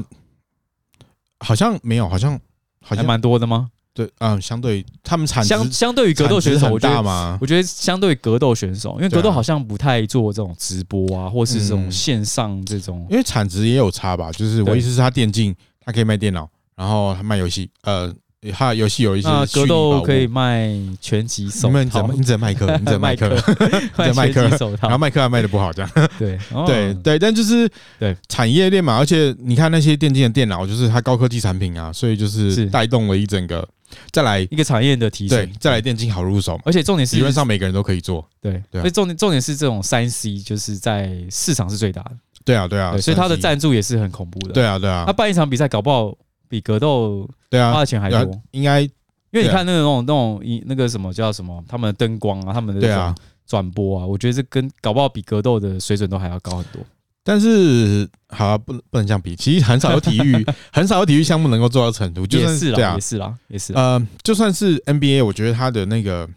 Speaker 1: 好像没有，好像好
Speaker 2: 还
Speaker 1: 像
Speaker 2: 蛮多的吗？
Speaker 1: 对，嗯，相对他们产值
Speaker 2: 相相对于格斗选
Speaker 1: 产
Speaker 2: 手，
Speaker 1: 值
Speaker 2: 我
Speaker 1: 很
Speaker 2: 觉得
Speaker 1: 大嘛，
Speaker 2: 我觉得相对格斗选手，因为格斗
Speaker 1: 对啊
Speaker 2: 好像不太做这种直播啊，或是这种
Speaker 1: 嗯
Speaker 2: 线上这种，
Speaker 1: 因为产值也有差吧。就是
Speaker 2: 对
Speaker 1: 我意思是，他电竞他可以卖电脑，然后他卖游戏，呃，他游戏有一些
Speaker 2: 那
Speaker 1: 虚拟
Speaker 2: 啊格斗
Speaker 1: 宝物
Speaker 2: 可以。卖拳击手
Speaker 1: 你们只
Speaker 2: 套，
Speaker 1: 能你只能 卖课，你只能卖课，
Speaker 2: 卖
Speaker 1: 你只能卖
Speaker 2: 拳击
Speaker 1: 课
Speaker 2: 手
Speaker 1: 然后
Speaker 2: 套，
Speaker 1: 卖课还卖的不好，这样。
Speaker 2: 对哦
Speaker 1: 对对，但就是
Speaker 2: 对
Speaker 1: 产业链嘛，而且你看那些电竞的电脑，就是它高科技产品啊，所以就是
Speaker 2: 是
Speaker 1: 带动了一整个。再来，
Speaker 2: 一个产业的提
Speaker 1: 对
Speaker 2: 升，，
Speaker 1: 再来电竞好入手嘛，
Speaker 2: 而且重点是
Speaker 1: 理论上每个人都可以做。
Speaker 2: 对，
Speaker 1: 对啊
Speaker 2: 所以重点重点是这种三 C 就是在市场是最大的，
Speaker 1: 对啊，对啊，
Speaker 2: 对所以它的
Speaker 1: 战
Speaker 2: 赞助也是很恐怖的，
Speaker 1: 对，啊，对啊
Speaker 2: 他，办一场比赛搞不好比格斗
Speaker 1: 对
Speaker 2: 花
Speaker 1: 啊
Speaker 2: 的，钱还
Speaker 1: 啊
Speaker 2: 多，
Speaker 1: 应该
Speaker 2: 因为你
Speaker 1: 对啊
Speaker 2: 看那种那种一那个什么叫什么，他们的灯光啊，他们的
Speaker 1: 对
Speaker 2: 这种
Speaker 1: 啊，
Speaker 2: 转播啊，我觉得这跟搞不好比格斗的水准都还要高很多。
Speaker 1: 但是好啊不能不能这样比，其实很少有体 育，很少有体育项目能够做到程度，就
Speaker 2: 也
Speaker 1: 算
Speaker 2: 是
Speaker 1: 对
Speaker 2: 啦，
Speaker 1: 啊
Speaker 2: 也，是啦，也是啦。
Speaker 1: 呃，就算是 NBA，我觉得它的那个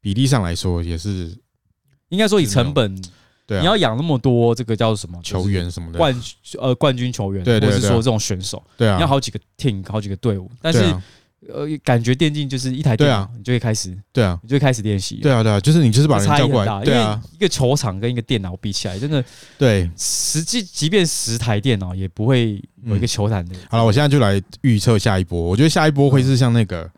Speaker 1: 比例上来说也是
Speaker 2: 应该说以成本，
Speaker 1: 对
Speaker 2: 你
Speaker 1: 啊
Speaker 2: 要，养那么多这个叫什么
Speaker 1: 球、员什么
Speaker 2: 就是
Speaker 1: 的，
Speaker 2: 冠呃冠军球员，
Speaker 1: 对对
Speaker 2: 或是
Speaker 1: 对啊
Speaker 2: 说这种选手，
Speaker 1: 对啊
Speaker 2: 你要，好几个 team，好几个队伍。但是
Speaker 1: 对啊，
Speaker 2: 呃，感觉电竞就是一台
Speaker 1: 对
Speaker 2: 电脑
Speaker 1: 啊，
Speaker 2: 你就会开始，
Speaker 1: 对啊，
Speaker 2: 你就会开始练习。
Speaker 1: 对啊，对啊，就是你就是把人
Speaker 2: 差
Speaker 1: 叫
Speaker 2: 异
Speaker 1: 过
Speaker 2: 很
Speaker 1: 来，
Speaker 2: 大，
Speaker 1: 对
Speaker 2: 因为
Speaker 1: 啊，
Speaker 2: 一个球场跟一个电脑比起来，真的
Speaker 1: 对。
Speaker 2: 实际即便十台电脑也不会有
Speaker 1: 嗯
Speaker 2: 一个球坛的。
Speaker 1: 好了，我现在就来预测下一波，我觉得下一波会是像那个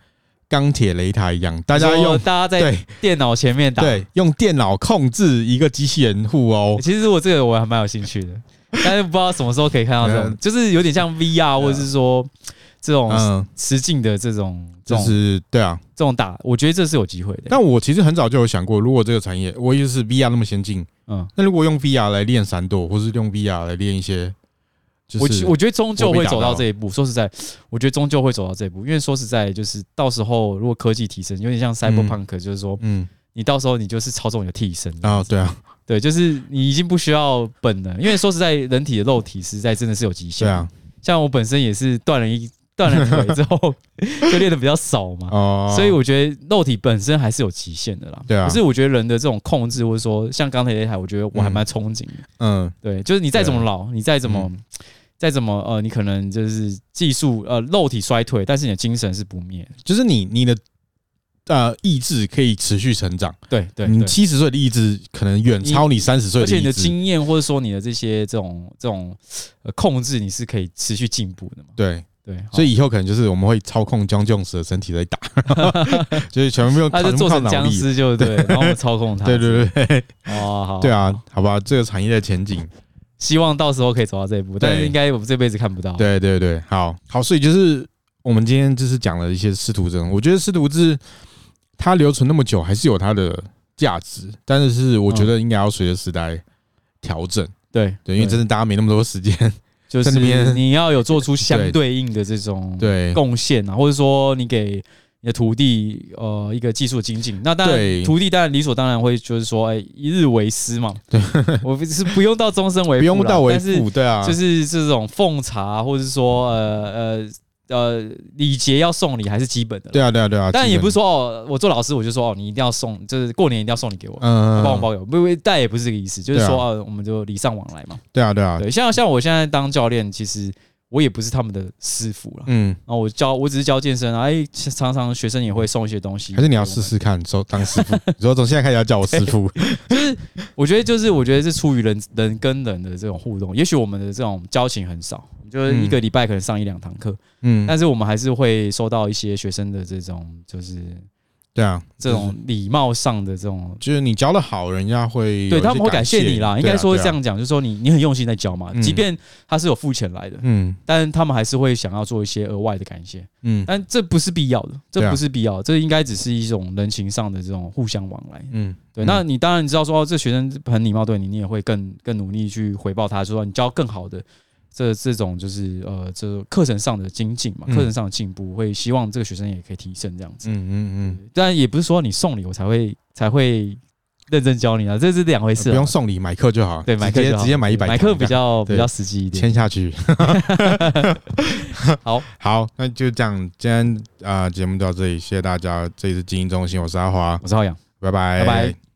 Speaker 1: 钢铁雷达一样，大家
Speaker 2: 说
Speaker 1: 用
Speaker 2: 大家在
Speaker 1: 对
Speaker 2: 电脑前面打，
Speaker 1: 对用电脑控制一个机器人互殴
Speaker 2: 欸。其实我这个我还蛮有兴趣的，但是不知道什么时候可以看到这种
Speaker 1: 嗯，
Speaker 2: 就是有点像 VR 或者是说这种
Speaker 1: 嗯，
Speaker 2: 实境的这种这
Speaker 1: 就
Speaker 2: 种
Speaker 1: 是对啊。
Speaker 2: 这种打，我觉得这是有机会的。
Speaker 1: 但我其实很早就有想过，如果这个产业，我也是 VR 那么先进，
Speaker 2: 嗯，
Speaker 1: 那如果用 VR 来练闪躲，或是用 VR 来练一些，就
Speaker 2: 我
Speaker 1: 是
Speaker 2: 我觉得终究
Speaker 1: 我被
Speaker 2: 会
Speaker 1: 打
Speaker 2: 走
Speaker 1: 到
Speaker 2: 到这一步。说实在，我觉得终究会走到这一步，因为说实在，就是到时候如果科技提升，有点像 Cyberpunk，就是说
Speaker 1: 嗯
Speaker 2: 你到时候你就是操纵你的替身
Speaker 1: 啊，对啊，
Speaker 2: 对，就是你已经不需要本能，因为说实在，人体的肉体实在真的是有极限。
Speaker 1: 对啊，，
Speaker 2: 像我本身也是断了一断了腿之后 就练的比较少 嘛，
Speaker 1: 哦，
Speaker 2: 所以我觉得肉体本身还是有极限的啦。
Speaker 1: 对啊
Speaker 2: 可是我觉得人的这种控制，或者说像刚才那台，我觉得我还蛮憧憬的。
Speaker 1: 嗯
Speaker 2: 对，就是你再怎么
Speaker 1: 对啊嗯
Speaker 2: 老，你再怎么。再怎么呃，你可能就是技术呃肉体衰退，但是你的精神是不灭的。
Speaker 1: 就是你你的呃意志可以持续成长，
Speaker 2: 对对
Speaker 1: 你
Speaker 2: 对，
Speaker 1: 七十岁的意志可能远超你三十岁
Speaker 2: 而且
Speaker 1: 的
Speaker 2: 你
Speaker 1: 意
Speaker 2: 的
Speaker 1: 志，
Speaker 2: 经验或者说你的这些这种这种呃控制，你是可以持续进步的嘛？
Speaker 1: 对，
Speaker 2: 对，好
Speaker 1: 所以以后可能就是我们会操控将 Jones 的身体 在打，就是全部用
Speaker 2: 他
Speaker 1: 全
Speaker 2: 就
Speaker 1: 部
Speaker 2: 做
Speaker 1: 靠
Speaker 2: 成
Speaker 1: 脑
Speaker 2: 僵
Speaker 1: 力，
Speaker 2: 尸，就对，然后我们操控他。
Speaker 1: 对对对对
Speaker 2: 对，哦，好，
Speaker 1: 对啊，好吧，这个产业的前景，
Speaker 2: 希望到时候可以走到这一步，但是应该我们这辈子看不到。，
Speaker 1: 对对对，好好，所以就是我们今天就是讲了一些师徒制，我觉得师徒制它留存那么久还是有它的价值，但是是我觉得应该要随着时代调整，
Speaker 2: 对
Speaker 1: 对，因为真的大家没那么多时 间，
Speaker 2: 就
Speaker 1: 在那
Speaker 2: 是
Speaker 1: 边
Speaker 2: 你要有做出相对应的这种
Speaker 1: 对
Speaker 2: 贡献啊，或者说你给你的徒弟呃一个技术精进。那当
Speaker 1: 对
Speaker 2: 然，徒弟当然理所当然会就是说，哎，一日为师嘛。对，我是不用到终身为
Speaker 1: 不
Speaker 2: 父啦
Speaker 1: 用到为
Speaker 2: 但是
Speaker 1: 父，对啊，
Speaker 2: 就是这种奉茶，或者说呃呃呃礼节要送礼还是基本的啦。
Speaker 1: 对啊对啊对啊，
Speaker 2: 但也不是
Speaker 1: 说
Speaker 2: 说哦，我做老师我就说哦，你一定要送，就是过年一定要送礼给我，
Speaker 1: 嗯，
Speaker 2: 包红包给我，不不，但也不是这个意思，就是
Speaker 1: 对
Speaker 2: 说
Speaker 1: 啊
Speaker 2: 哦，我们就礼尚往来嘛。
Speaker 1: 对啊对啊，
Speaker 2: 对，像像我现在当教练，其实我也不是他们的师傅了，
Speaker 1: 嗯，
Speaker 2: 然后我教我只是教健身啊，哎，常常学生也会送一些东西。
Speaker 1: 还是你要试？试看，说当师 傅，你说从现在开始要叫我师傅，
Speaker 2: 我觉得就是我觉得是出于人人跟人的这种互动，也许我们的这种交情很少，就是一个礼拜可能上一两堂课，
Speaker 1: 嗯，
Speaker 2: 但是我们还是会收到一些学生的这种就是
Speaker 1: 对啊，
Speaker 2: 这种礼貌上的这种
Speaker 1: 就是你教的好，人家会有
Speaker 2: 对
Speaker 1: 一些
Speaker 2: 他们会感谢你啦，应该说
Speaker 1: 对啊
Speaker 2: 这，
Speaker 1: 对啊
Speaker 2: 样讲，就是说你你很用心在教嘛，
Speaker 1: 嗯
Speaker 2: 即便他是有付钱来的，
Speaker 1: 嗯
Speaker 2: 但是他们还是会想要做一些额外的感谢，
Speaker 1: 嗯
Speaker 2: 但这不是必要的，
Speaker 1: 对
Speaker 2: 这
Speaker 1: 啊
Speaker 2: 不是必要的，这应该只是一种人情上的这种互相往来。
Speaker 1: 嗯，
Speaker 2: 对，
Speaker 1: 嗯
Speaker 2: 那你当然知道说、哦、这学生很礼貌对你，你也会更更努力去回报他，说你教更好的这这种就是呃这课程上的精进嘛，
Speaker 1: 嗯
Speaker 2: 课程上的进步，会希望这个学生也可以提升这样子。
Speaker 1: 嗯嗯嗯，
Speaker 2: 当然也不是说你送礼我才会才会认真教你啊，这是两回
Speaker 1: 不
Speaker 2: 事啊、
Speaker 1: 用送礼，买课就好，
Speaker 2: 对，买课
Speaker 1: 直接
Speaker 2: 就好
Speaker 1: 直接买一百，
Speaker 2: 买课比较
Speaker 1: 对
Speaker 2: 比较实际一点。
Speaker 1: 签下去。
Speaker 2: 好，
Speaker 1: 好，那就这样，今天啊、呃节目到这里，谢谢大家，这里是精英中心，我是阿华，
Speaker 2: 我是浩洋。
Speaker 1: 拜拜
Speaker 2: 拜拜